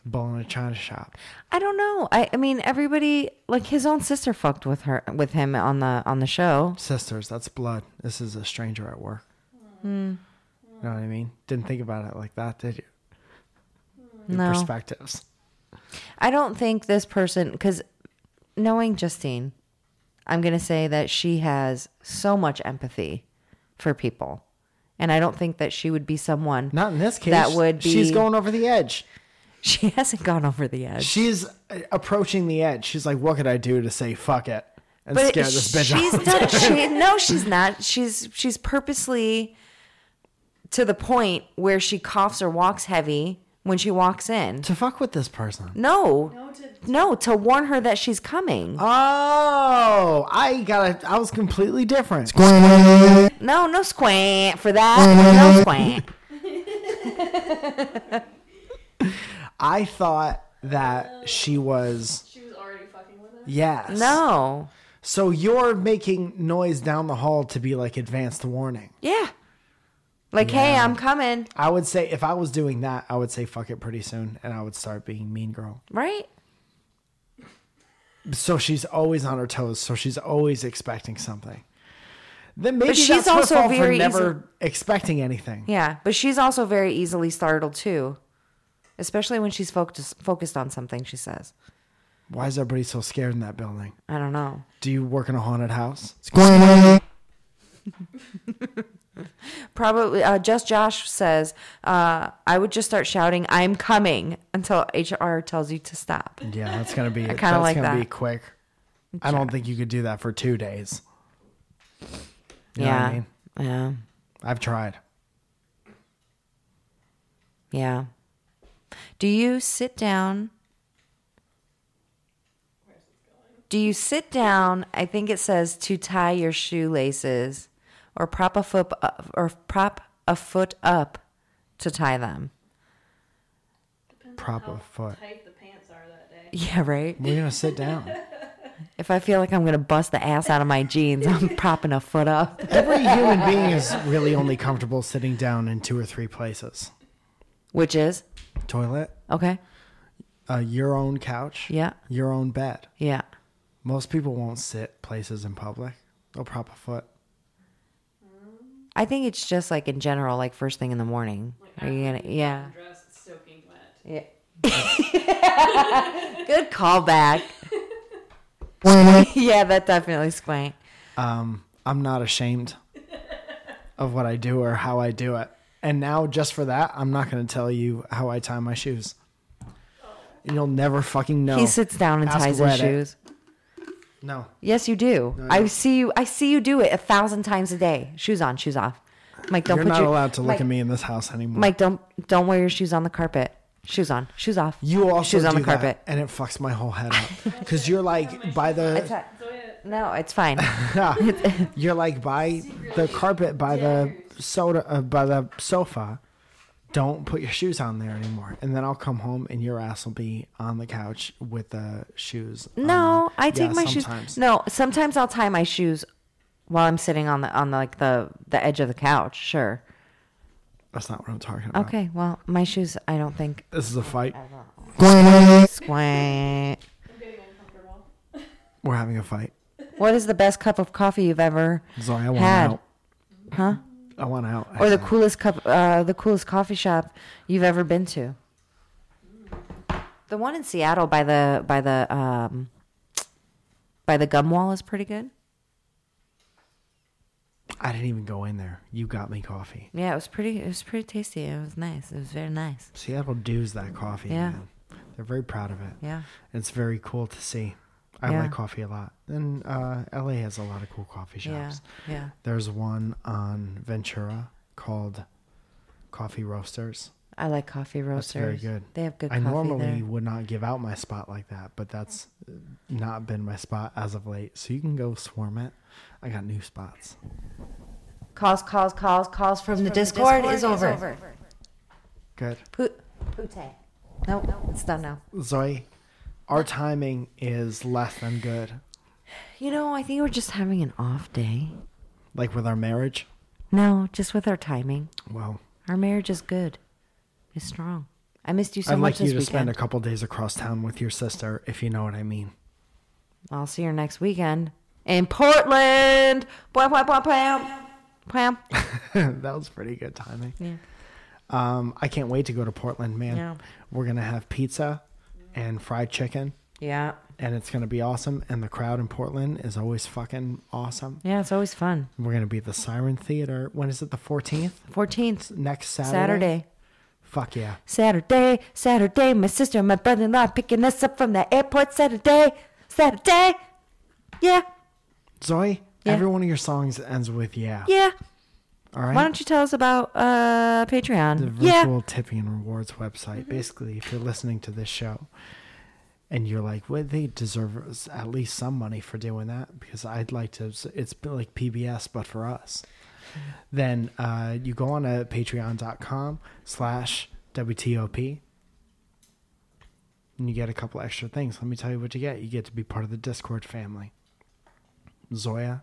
[SPEAKER 2] blowing a china shop.
[SPEAKER 1] I don't know. I, I mean, everybody like his own sister fucked with her with him on the on the show.
[SPEAKER 2] Sisters, that's blood. This is a stranger at work.
[SPEAKER 1] Hmm.
[SPEAKER 2] You know what I mean? Didn't think about it like that, did you? Your
[SPEAKER 1] No.
[SPEAKER 2] perspectives.
[SPEAKER 1] I don't think this person because knowing Justine, I'm gonna say that she has so much empathy for people, and I don't think that she would be someone
[SPEAKER 2] Not in this case.
[SPEAKER 1] That would
[SPEAKER 2] She's
[SPEAKER 1] be-
[SPEAKER 2] going over the edge.
[SPEAKER 1] She hasn't gone over the edge.
[SPEAKER 2] She's uh, approaching the edge. She's like, "What could I do to say fuck it and scare this bitch
[SPEAKER 1] she's
[SPEAKER 2] off?"
[SPEAKER 1] not. She, no, she's not. She's she's purposely to the point where she coughs or walks heavy when she walks in.
[SPEAKER 2] to fuck with this person.
[SPEAKER 1] No,
[SPEAKER 3] no, to,
[SPEAKER 1] No, to warn her that she's coming.
[SPEAKER 2] Oh, I got. I was completely different.
[SPEAKER 4] squirrel,
[SPEAKER 1] No, no squint for that. No squint.
[SPEAKER 2] I thought that she was
[SPEAKER 3] she was already fucking with him.
[SPEAKER 2] yes.
[SPEAKER 1] No.
[SPEAKER 2] So you're making noise down the hall to be like advanced warning.
[SPEAKER 1] Yeah. Like, hey, I'm coming.
[SPEAKER 2] I would say if I was doing that, I would say fuck it pretty soon, and I would start being mean girl.
[SPEAKER 1] Right?
[SPEAKER 2] So she's always on her toes. So she's always expecting something. Then maybe
[SPEAKER 1] she's
[SPEAKER 2] that's her
[SPEAKER 1] also
[SPEAKER 2] fault for
[SPEAKER 1] very
[SPEAKER 2] never expecting anything.
[SPEAKER 1] Yeah. But she's also very easily startled, too. Especially when she's focused, focused on something, she says.
[SPEAKER 2] Why is everybody so scared in that building?
[SPEAKER 1] I don't know.
[SPEAKER 2] Do you work in a haunted house?
[SPEAKER 4] squirrel,
[SPEAKER 1] Probably uh, just Josh says uh, I would just start shouting "I'm coming" until HR tells you to stop.
[SPEAKER 2] Yeah, that's gonna be. I
[SPEAKER 1] kinda like
[SPEAKER 2] gonna Be
[SPEAKER 1] that.
[SPEAKER 2] quick. I don't think you could do that for two days. You know what
[SPEAKER 1] yeah,
[SPEAKER 2] I mean?
[SPEAKER 1] yeah,
[SPEAKER 2] I've tried.
[SPEAKER 1] yeah. Do you sit down? Do you sit down? I think it says to tie your shoelaces, or prop a foot up, or prop a foot up to tie them.
[SPEAKER 3] Depends
[SPEAKER 2] Prop
[SPEAKER 3] on
[SPEAKER 2] a
[SPEAKER 3] how
[SPEAKER 2] foot.
[SPEAKER 3] tight the pants are that day.
[SPEAKER 1] Yeah, right.
[SPEAKER 2] We're gonna sit down.
[SPEAKER 1] If I feel like I'm gonna bust the ass out of my jeans, I'm propping a foot up.
[SPEAKER 2] Every human being is really only comfortable sitting down in two or three places:
[SPEAKER 1] Which is
[SPEAKER 2] toilet,
[SPEAKER 1] okay.
[SPEAKER 2] uh, your own couch,
[SPEAKER 1] Yeah.
[SPEAKER 2] your own bed.
[SPEAKER 1] Yeah.
[SPEAKER 2] Most people won't sit places in public. They'll prop a foot.
[SPEAKER 1] I think it's just like in general, like first thing in the morning.
[SPEAKER 3] Like,
[SPEAKER 1] Are you gonna? Yeah.
[SPEAKER 3] I'm dressed soaking wet.
[SPEAKER 1] Yeah. Good callback. yeah, that definitely squaint.
[SPEAKER 2] um, I'm not ashamed of what I do or how I do it. And now, just for that, I'm not going to tell you how I tie my shoes. You'll never fucking know.
[SPEAKER 1] He sits down and
[SPEAKER 2] Oh. Ask
[SPEAKER 1] ties his
[SPEAKER 2] Reddit. Oh,
[SPEAKER 1] shoes.
[SPEAKER 2] no,
[SPEAKER 1] Yes, you do. I see you. I see you do it a thousand times a day. Shoes on, shoes off. Mike, don't
[SPEAKER 2] you're
[SPEAKER 1] put
[SPEAKER 2] not
[SPEAKER 1] your,
[SPEAKER 2] allowed to look
[SPEAKER 1] Mike,
[SPEAKER 2] at me in this house anymore.
[SPEAKER 1] Mike, don't don't wear your shoes on the carpet. Shoes on, shoes off.
[SPEAKER 2] you also
[SPEAKER 1] shoes on
[SPEAKER 2] do
[SPEAKER 1] the
[SPEAKER 2] that,
[SPEAKER 1] carpet.
[SPEAKER 2] and it fucks my whole head up because you're like by the
[SPEAKER 3] So yeah,
[SPEAKER 1] No, it's fine.
[SPEAKER 2] you're like by the carpet by the soda uh, by the sofa. Don't put your shoes on there anymore, and then I'll come home and your ass will be on the couch with the shoes. on.
[SPEAKER 1] No, I take
[SPEAKER 2] Yeah,
[SPEAKER 1] my
[SPEAKER 2] sometimes.
[SPEAKER 1] shoes. No, sometimes I'll tie my shoes while I'm sitting on the on like the the edge of the couch. Sure.
[SPEAKER 2] That's not what I'm talking about.
[SPEAKER 1] Okay. Well, my shoes. I don't think
[SPEAKER 2] This is a fight.
[SPEAKER 1] squint.
[SPEAKER 3] I'm getting uncomfortable.
[SPEAKER 2] We're having a fight.
[SPEAKER 1] What is the best cup of coffee you've ever
[SPEAKER 2] Zoe, I want
[SPEAKER 1] had?
[SPEAKER 2] out.
[SPEAKER 1] Huh?
[SPEAKER 2] I want out.
[SPEAKER 1] Or the
[SPEAKER 2] actually.
[SPEAKER 1] coolest cup, uh, the coolest coffee shop you've ever been to? The one in Seattle by the by the um, by the gum wall is pretty good.
[SPEAKER 2] I didn't even go in there. You got me coffee.
[SPEAKER 1] Yeah, it was pretty. It was pretty tasty. It was nice. It was very nice.
[SPEAKER 2] Seattle does that coffee.
[SPEAKER 1] Yeah.
[SPEAKER 2] man. They're very proud of it.
[SPEAKER 1] Yeah.
[SPEAKER 2] It's very cool to see. I
[SPEAKER 1] Yeah.
[SPEAKER 2] like coffee a lot. And uh, LA has a lot of cool coffee shops.
[SPEAKER 1] Yeah. Yeah.
[SPEAKER 2] There's one on Ventura called Coffee Roasters.
[SPEAKER 1] I like coffee roasters.
[SPEAKER 2] That's very good.
[SPEAKER 1] They have good
[SPEAKER 2] I
[SPEAKER 1] coffee
[SPEAKER 2] normally
[SPEAKER 1] there.
[SPEAKER 2] would not give out my spot like that, but that's uh, not been my spot as of late. So you can go swarm it. I got new spots.
[SPEAKER 1] Calls, calls, calls, calls from, the, Discord is over.
[SPEAKER 2] Good.
[SPEAKER 1] Poo- Poote. No, it's done now.
[SPEAKER 2] Zoe, our timing is less than good.
[SPEAKER 1] You know, I think we're just having an off day.
[SPEAKER 2] Like with our marriage.
[SPEAKER 1] No, just with our timing.
[SPEAKER 2] Well,
[SPEAKER 1] Our marriage is good. It's strong. I missed you so
[SPEAKER 2] I'd
[SPEAKER 1] much
[SPEAKER 2] like you
[SPEAKER 1] this
[SPEAKER 2] to
[SPEAKER 1] weekend.
[SPEAKER 2] spend a couple days across town with your sister, if you know what I mean.
[SPEAKER 1] I'll see her next weekend in Portland. Bwah, bwah, bwah, bwah. Bwah.
[SPEAKER 2] that was pretty good timing.
[SPEAKER 1] Yeah.
[SPEAKER 2] Um, I can't wait to go to Portland, man.
[SPEAKER 1] Yeah.
[SPEAKER 2] We're gonna have pizza and fried chicken,
[SPEAKER 1] Yeah.
[SPEAKER 2] and it's gonna be awesome. And the crowd in Portland is always fucking awesome.
[SPEAKER 1] Yeah, it's always fun.
[SPEAKER 2] We're gonna be at the Siren Theater. When is it? The fourteenth
[SPEAKER 1] 14th,
[SPEAKER 2] next Saturday.
[SPEAKER 1] Saturday.
[SPEAKER 2] Fuck yeah!
[SPEAKER 1] Saturday, Saturday, my sister and my brother in law picking us up from the airport Saturday, Saturday. Yeah,
[SPEAKER 2] Zoe,
[SPEAKER 1] Yeah.
[SPEAKER 2] every one of your songs ends with yeah.
[SPEAKER 1] yeah.
[SPEAKER 2] All right.
[SPEAKER 1] Why don't you tell us about uh
[SPEAKER 2] the
[SPEAKER 1] Patreon?
[SPEAKER 2] virtual
[SPEAKER 1] Yeah.
[SPEAKER 2] tipping and rewards website. Basically, if you're listening to this show and you're like, well, they deserve us at least some money for doing that because I'd like to, it's been like PBS, but for us, then uh, you go on to patreon.com slash WTOP and you get a couple extra things. Let me tell you what you get. You get to be part of the Discord family. Zoya,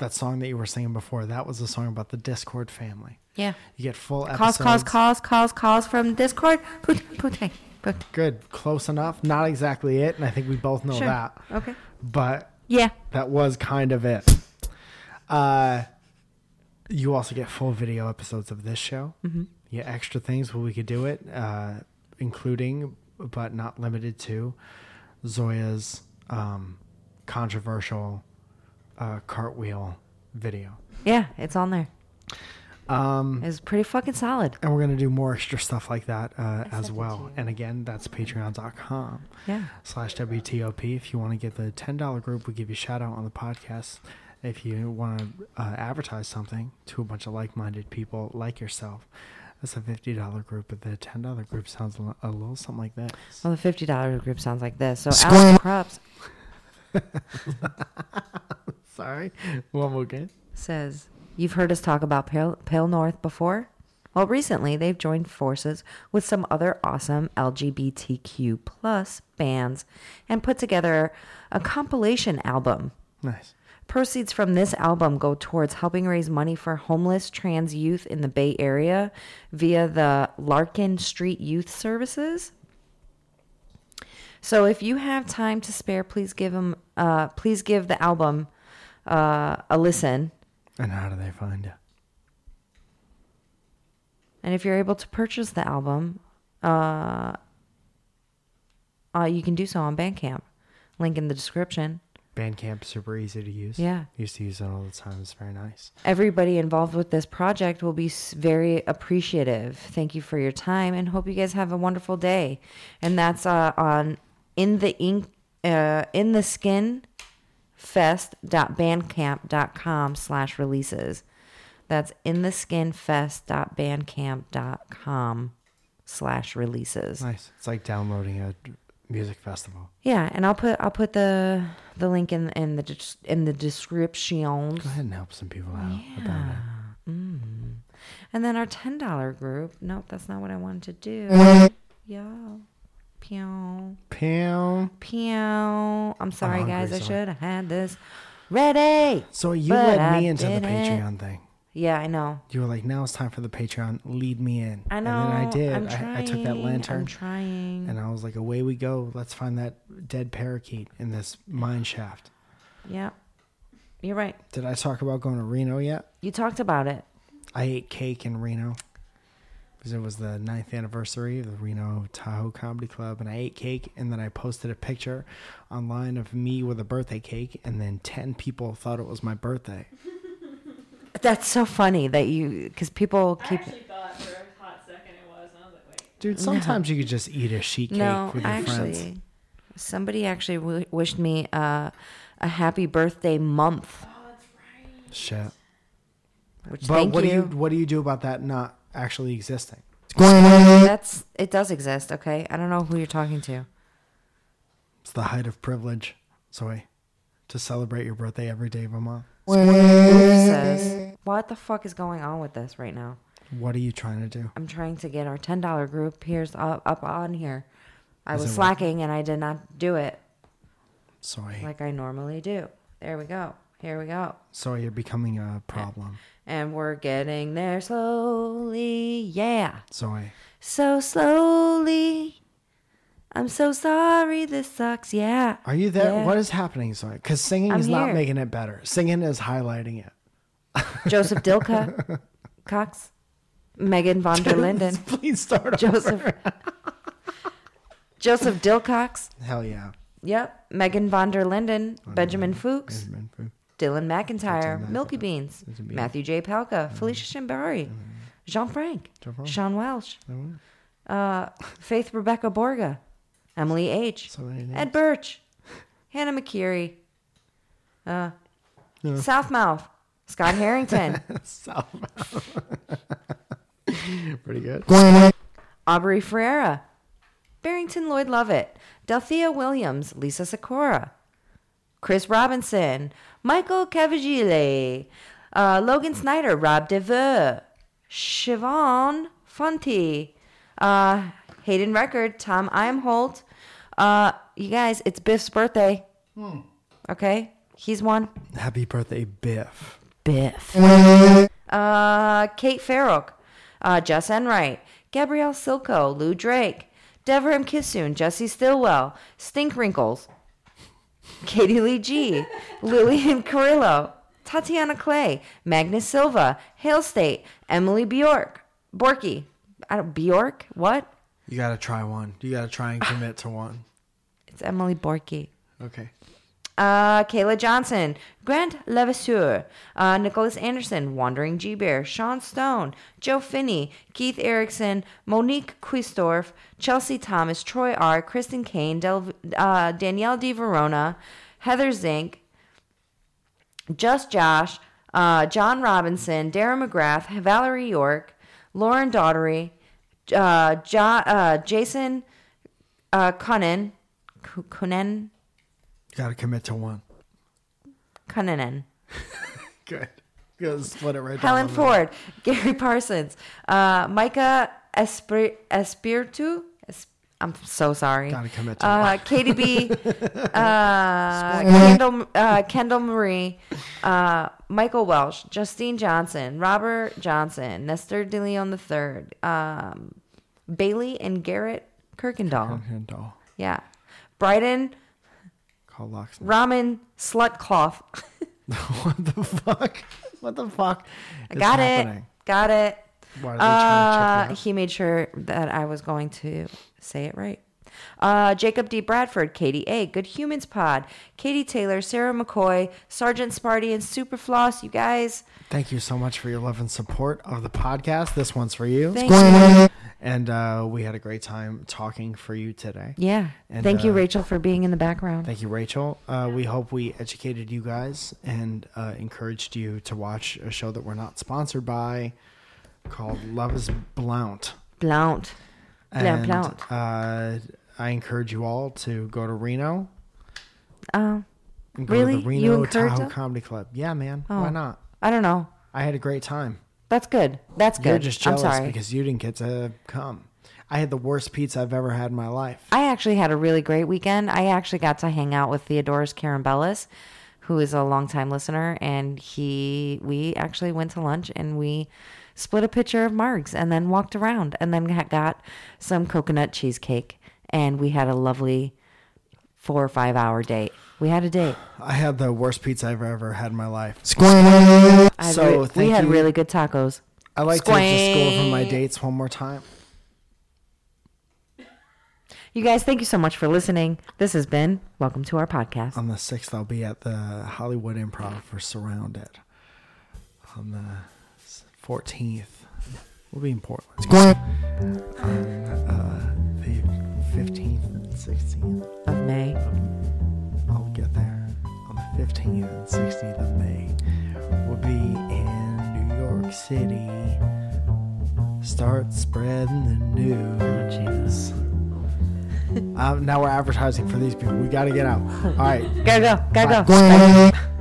[SPEAKER 2] that song that you were singing before, that was a song about the Discord family.
[SPEAKER 1] Yeah.
[SPEAKER 2] You get full
[SPEAKER 1] Calls, calls,
[SPEAKER 2] episodes.
[SPEAKER 1] calls, calls, calls from Discord. Poot, poot, poot.
[SPEAKER 2] Good, close enough. Not exactly it, and I think we both know
[SPEAKER 1] Sure.
[SPEAKER 2] that.
[SPEAKER 1] Okay.
[SPEAKER 2] But
[SPEAKER 1] Yeah.
[SPEAKER 2] that was kind of it. Uh, you also get full video episodes of this show. Mm-hmm. You get extra things where we could do it, uh, including but not limited to Zoya's um, controversial uh, cartwheel video.
[SPEAKER 1] Yeah, it's on there.
[SPEAKER 2] Um, uh,
[SPEAKER 1] It's pretty fucking solid.
[SPEAKER 2] and we're going to do more extra stuff like that uh, as well. And again, that's patreon.com
[SPEAKER 1] Yeah.
[SPEAKER 2] slash WTOP. If you want to get the $10 group, we give you a shout out on the podcast. If you want to uh, advertise something to a bunch of like minded people like yourself, that's a $50 group, but the $10 group sounds a li- a little something like that.
[SPEAKER 1] Well, the fifty dollar group sounds like this. So Alex
[SPEAKER 4] Squirm.
[SPEAKER 1] Props
[SPEAKER 2] Sorry. One more game.
[SPEAKER 1] says, "You've heard us talk about Pale, Pale North before. Well, recently they've joined forces with some other awesome LGBTQ plus bands and put together a compilation album."
[SPEAKER 2] Nice.
[SPEAKER 1] Proceeds from this album go towards helping raise money for homeless trans youth in the Bay Area via the Larkin Street Youth Services. So if you have time to spare, please give 'em- uh, please give the album uh, a listen.
[SPEAKER 2] And how do they find you?
[SPEAKER 1] And if you're able to purchase the album, uh, uh, you can do so on Bandcamp. Link in the description.
[SPEAKER 2] Bandcamp, super easy to use.
[SPEAKER 1] Yeah.
[SPEAKER 2] Used to use it all the time. It's very nice.
[SPEAKER 1] Everybody involved with this project will be s- very appreciative. Thank you for your time and hope you guys have a wonderful day. And that's uh, on in the ink uh, in the skin fest.bandcamp.com slash releases. That's in the skin fest.bandcamp.com slash releases.
[SPEAKER 2] Nice. It's like downloading a d- music festival.
[SPEAKER 1] Yeah, and I'll put I'll put the the link in in the des- in the description.
[SPEAKER 2] Go ahead and help some people out about it.
[SPEAKER 1] And then our ten dollar group. Nope, that's not what I wanted to do. Yo. Pew.
[SPEAKER 2] Pam.
[SPEAKER 1] Pew. I'm sorry
[SPEAKER 2] hungry,
[SPEAKER 1] guys, I
[SPEAKER 2] sorry.
[SPEAKER 1] should have had this ready.
[SPEAKER 2] So you
[SPEAKER 1] But
[SPEAKER 2] led
[SPEAKER 1] I
[SPEAKER 2] me into the
[SPEAKER 1] didn't.
[SPEAKER 2] Patreon thing.
[SPEAKER 1] Yeah, I know.
[SPEAKER 2] You were like, now it's time for the Patreon. Lead me in.
[SPEAKER 1] I know.
[SPEAKER 2] And then I did.
[SPEAKER 1] I'm
[SPEAKER 2] I, I took
[SPEAKER 1] trying,
[SPEAKER 2] that lantern.
[SPEAKER 1] I'm trying.
[SPEAKER 2] and I was like, away we go. Let's find that dead parakeet in this mine shaft.
[SPEAKER 1] yeah. You're right.
[SPEAKER 2] Did I talk about going to Reno yet?
[SPEAKER 1] You talked about it.
[SPEAKER 2] I ate cake in Reno because it was the ninth anniversary of the Reno Tahoe Comedy Club, and I ate cake, and then I posted a picture online of me with a birthday cake, and then ten people thought it was my birthday.
[SPEAKER 1] That's so funny that you cuz people
[SPEAKER 3] I
[SPEAKER 1] keep
[SPEAKER 3] actually thought for a hot second it was, and I was like, wait.
[SPEAKER 2] Dude, sometimes you could just eat a sheet cake
[SPEAKER 1] No,
[SPEAKER 2] with your
[SPEAKER 1] actually,
[SPEAKER 2] friends.
[SPEAKER 1] somebody actually w- wished me uh, a happy birthday month.
[SPEAKER 3] Oh, that's right.
[SPEAKER 2] Shit.
[SPEAKER 1] Which
[SPEAKER 2] But
[SPEAKER 1] thank
[SPEAKER 2] what
[SPEAKER 1] you.
[SPEAKER 2] do you what do you do about that not actually existing?
[SPEAKER 1] That's it does exist. Okay, I don't know who you're talking to.
[SPEAKER 2] It's the height of privilege. Sorry. To celebrate your birthday every day of a month.
[SPEAKER 1] Says, what the fuck is going on with this right now?
[SPEAKER 2] What are you trying to do?
[SPEAKER 1] I'm trying to get our ten dollar group here's up, up on here. I was
[SPEAKER 2] Is it working?
[SPEAKER 1] slacking and I did not do it
[SPEAKER 2] Sorry.
[SPEAKER 1] like I normally do. There we go. Here we go.
[SPEAKER 2] Sorry, you're becoming a problem.
[SPEAKER 1] And we're getting there slowly. Yeah.
[SPEAKER 2] Sorry.
[SPEAKER 1] So slowly. I'm so sorry. This sucks. Yeah.
[SPEAKER 2] Are you there?
[SPEAKER 1] Yeah.
[SPEAKER 2] What is happening? Sorry, because singing
[SPEAKER 1] I'm
[SPEAKER 2] is not
[SPEAKER 1] here.
[SPEAKER 2] making it better. Singing is highlighting it.
[SPEAKER 1] Joseph Dilka, Cox, Megan von der Linden,
[SPEAKER 2] Please start over.
[SPEAKER 1] Joseph, Joseph Dilcox.
[SPEAKER 2] Hell yeah.
[SPEAKER 1] Yep. Megan von der Linden, Benjamin Fuchs,
[SPEAKER 2] Benjamin Fu-
[SPEAKER 1] Dylan McIntyre, Milky Beans,
[SPEAKER 2] Dylan McIntyre, Milky Beans. Mm-hmm.
[SPEAKER 1] Matthew J. Palka, Felicia Shambari, Jean Frank,
[SPEAKER 2] Jean Frank.
[SPEAKER 1] Sean Welsh,
[SPEAKER 2] Mhm.
[SPEAKER 1] uh, Faith Rebecca Borga, Emily H.,
[SPEAKER 2] So many names.
[SPEAKER 1] Ed Birch, Hannah McCary, uh,
[SPEAKER 2] Yeah.
[SPEAKER 1] Southmouth, Scott Harrington,
[SPEAKER 2] So- Pretty good.
[SPEAKER 1] Aubrey Ferreira, Barrington Lloyd Lovett, Delthea Williams, Lisa Sakura, Chris Robinson, Michael Cavagile, uh, Logan Snyder, Rob DeVeux, Siobhan Fonte, uh, Hayden Record, Tom Imholt. Uh, you guys, it's Biff's birthday. Okay? He's one.
[SPEAKER 2] Happy birthday, Biff.
[SPEAKER 1] Biff. Uh, Kate Farrock, uh, Jess Enright, Gabrielle Silko, Lou Drake, Devram Kissoon, Jesse Stillwell, Stink Wrinkles, Katie Lee G, Lillian Carrillo, Tatiana Clay, Magnus Silva, Hale State, Emily Bjork, Borky, I don't, Bjork? What?
[SPEAKER 2] You gotta try one. You gotta try and commit to one.
[SPEAKER 1] It's Emily Borky.
[SPEAKER 2] Okay.
[SPEAKER 1] uh, Kayla Johnson, Grant Levasseur, uh, Nicholas Anderson, Wandering G Bear, Sean Stone, Joe Finney, Keith Erickson, Monique Quistorf, Chelsea Thomas, Troy R., Kristen Kane, Del- uh, Danielle Di Verona, Heather Zink, just Josh, uh, John Robinson, Darren McGrath, Valerie York, Lauren Daughtery, uh, jo- uh, Jason uh, Cunnan, C- Cunnan,
[SPEAKER 2] Got to commit to one.
[SPEAKER 1] Cunnanen,
[SPEAKER 2] Good. Gotta split it right
[SPEAKER 1] Helen
[SPEAKER 2] down the middle.
[SPEAKER 1] Ford, Gary Parsons, uh, Micah Espri- Espiritu. Es- I'm so sorry.
[SPEAKER 2] Gotta commit to
[SPEAKER 1] Uh, Katie B, uh, Kendall, uh, Kendall Marie, uh, Michael Welsh, Justine Johnson, Robert Johnson, Nestor DeLeon III, um, Bailey and Garrett Kirkendall.
[SPEAKER 2] one. Oh.
[SPEAKER 1] Yeah. Bryden
[SPEAKER 2] Call locksmith.
[SPEAKER 1] Ramen Slutcloth.
[SPEAKER 2] what the fuck? What the fuck?
[SPEAKER 1] I
[SPEAKER 2] is
[SPEAKER 1] got it.
[SPEAKER 2] happening?
[SPEAKER 1] Got it.
[SPEAKER 2] Why are they trying
[SPEAKER 1] Uh,
[SPEAKER 2] to check me
[SPEAKER 1] he made sure that I was going to say it right. Uh, Jacob D. Bradford, Katie A., Good Humans Pod, Katie Taylor, Sarah McCoy, Sergeant Sparty, and Superfloss. You guys,
[SPEAKER 2] out? Thank you so much for your love and support of the podcast. This one's for you.
[SPEAKER 1] thank you.
[SPEAKER 2] And uh, we had a great time talking for you today.
[SPEAKER 1] Yeah.
[SPEAKER 2] And,
[SPEAKER 1] thank you,
[SPEAKER 2] uh,
[SPEAKER 1] Rachel, for being in the background.
[SPEAKER 2] Thank you, Rachel. Uh, we hope we educated you guys and uh, encouraged you to watch a show that we're not sponsored by called Love is Blount.
[SPEAKER 1] Blount. Blount,
[SPEAKER 2] And,
[SPEAKER 1] blount.
[SPEAKER 2] Uh, I encourage you all to go to Reno
[SPEAKER 1] Um,
[SPEAKER 2] and go
[SPEAKER 1] Really?
[SPEAKER 2] to the
[SPEAKER 1] You
[SPEAKER 2] Reno
[SPEAKER 1] encourage
[SPEAKER 2] Tahoe
[SPEAKER 1] them?
[SPEAKER 2] Comedy Club. Yeah, man.
[SPEAKER 1] Oh.
[SPEAKER 2] Why not?
[SPEAKER 1] I don't know.
[SPEAKER 2] I had a great time.
[SPEAKER 1] That's good. That's good.
[SPEAKER 2] You're just jealous
[SPEAKER 1] I'm sorry.
[SPEAKER 2] because you didn't get to come. I had the worst pizza I've ever had in my life.
[SPEAKER 1] I actually had a really great weekend. I actually got to hang out with Theodoros Karambellis, who is a longtime listener, and he we actually went to lunch and we split a picture of Margs and then walked around and then ha- got some coconut cheesecake and we had a lovely four or five hour date. We had a date.
[SPEAKER 2] I had the worst pizza I've ever had in my life.
[SPEAKER 1] I had
[SPEAKER 2] So,
[SPEAKER 1] re- we
[SPEAKER 2] thank
[SPEAKER 1] had
[SPEAKER 2] you.
[SPEAKER 1] really good tacos.
[SPEAKER 2] I like to just go over my
[SPEAKER 1] Squink.
[SPEAKER 2] dates one more time.
[SPEAKER 1] You guys, thank you so much for listening. This has been Welcome to Our Podcast.
[SPEAKER 2] On the sixth, I'll be at the Hollywood Improv for Surrounded. On the fourteenth, we'll be in Portland. On uh, the fifteenth and sixteenth,
[SPEAKER 1] Of May.
[SPEAKER 2] I'll get there. On the fifteenth and sixteenth of May, we'll be in New York City. Start spreading the news. Uh, Jesus. um, now we're advertising for these people. We got to get out. All right.
[SPEAKER 1] Gotta go. Gotta
[SPEAKER 2] Bye.
[SPEAKER 1] go. Bye.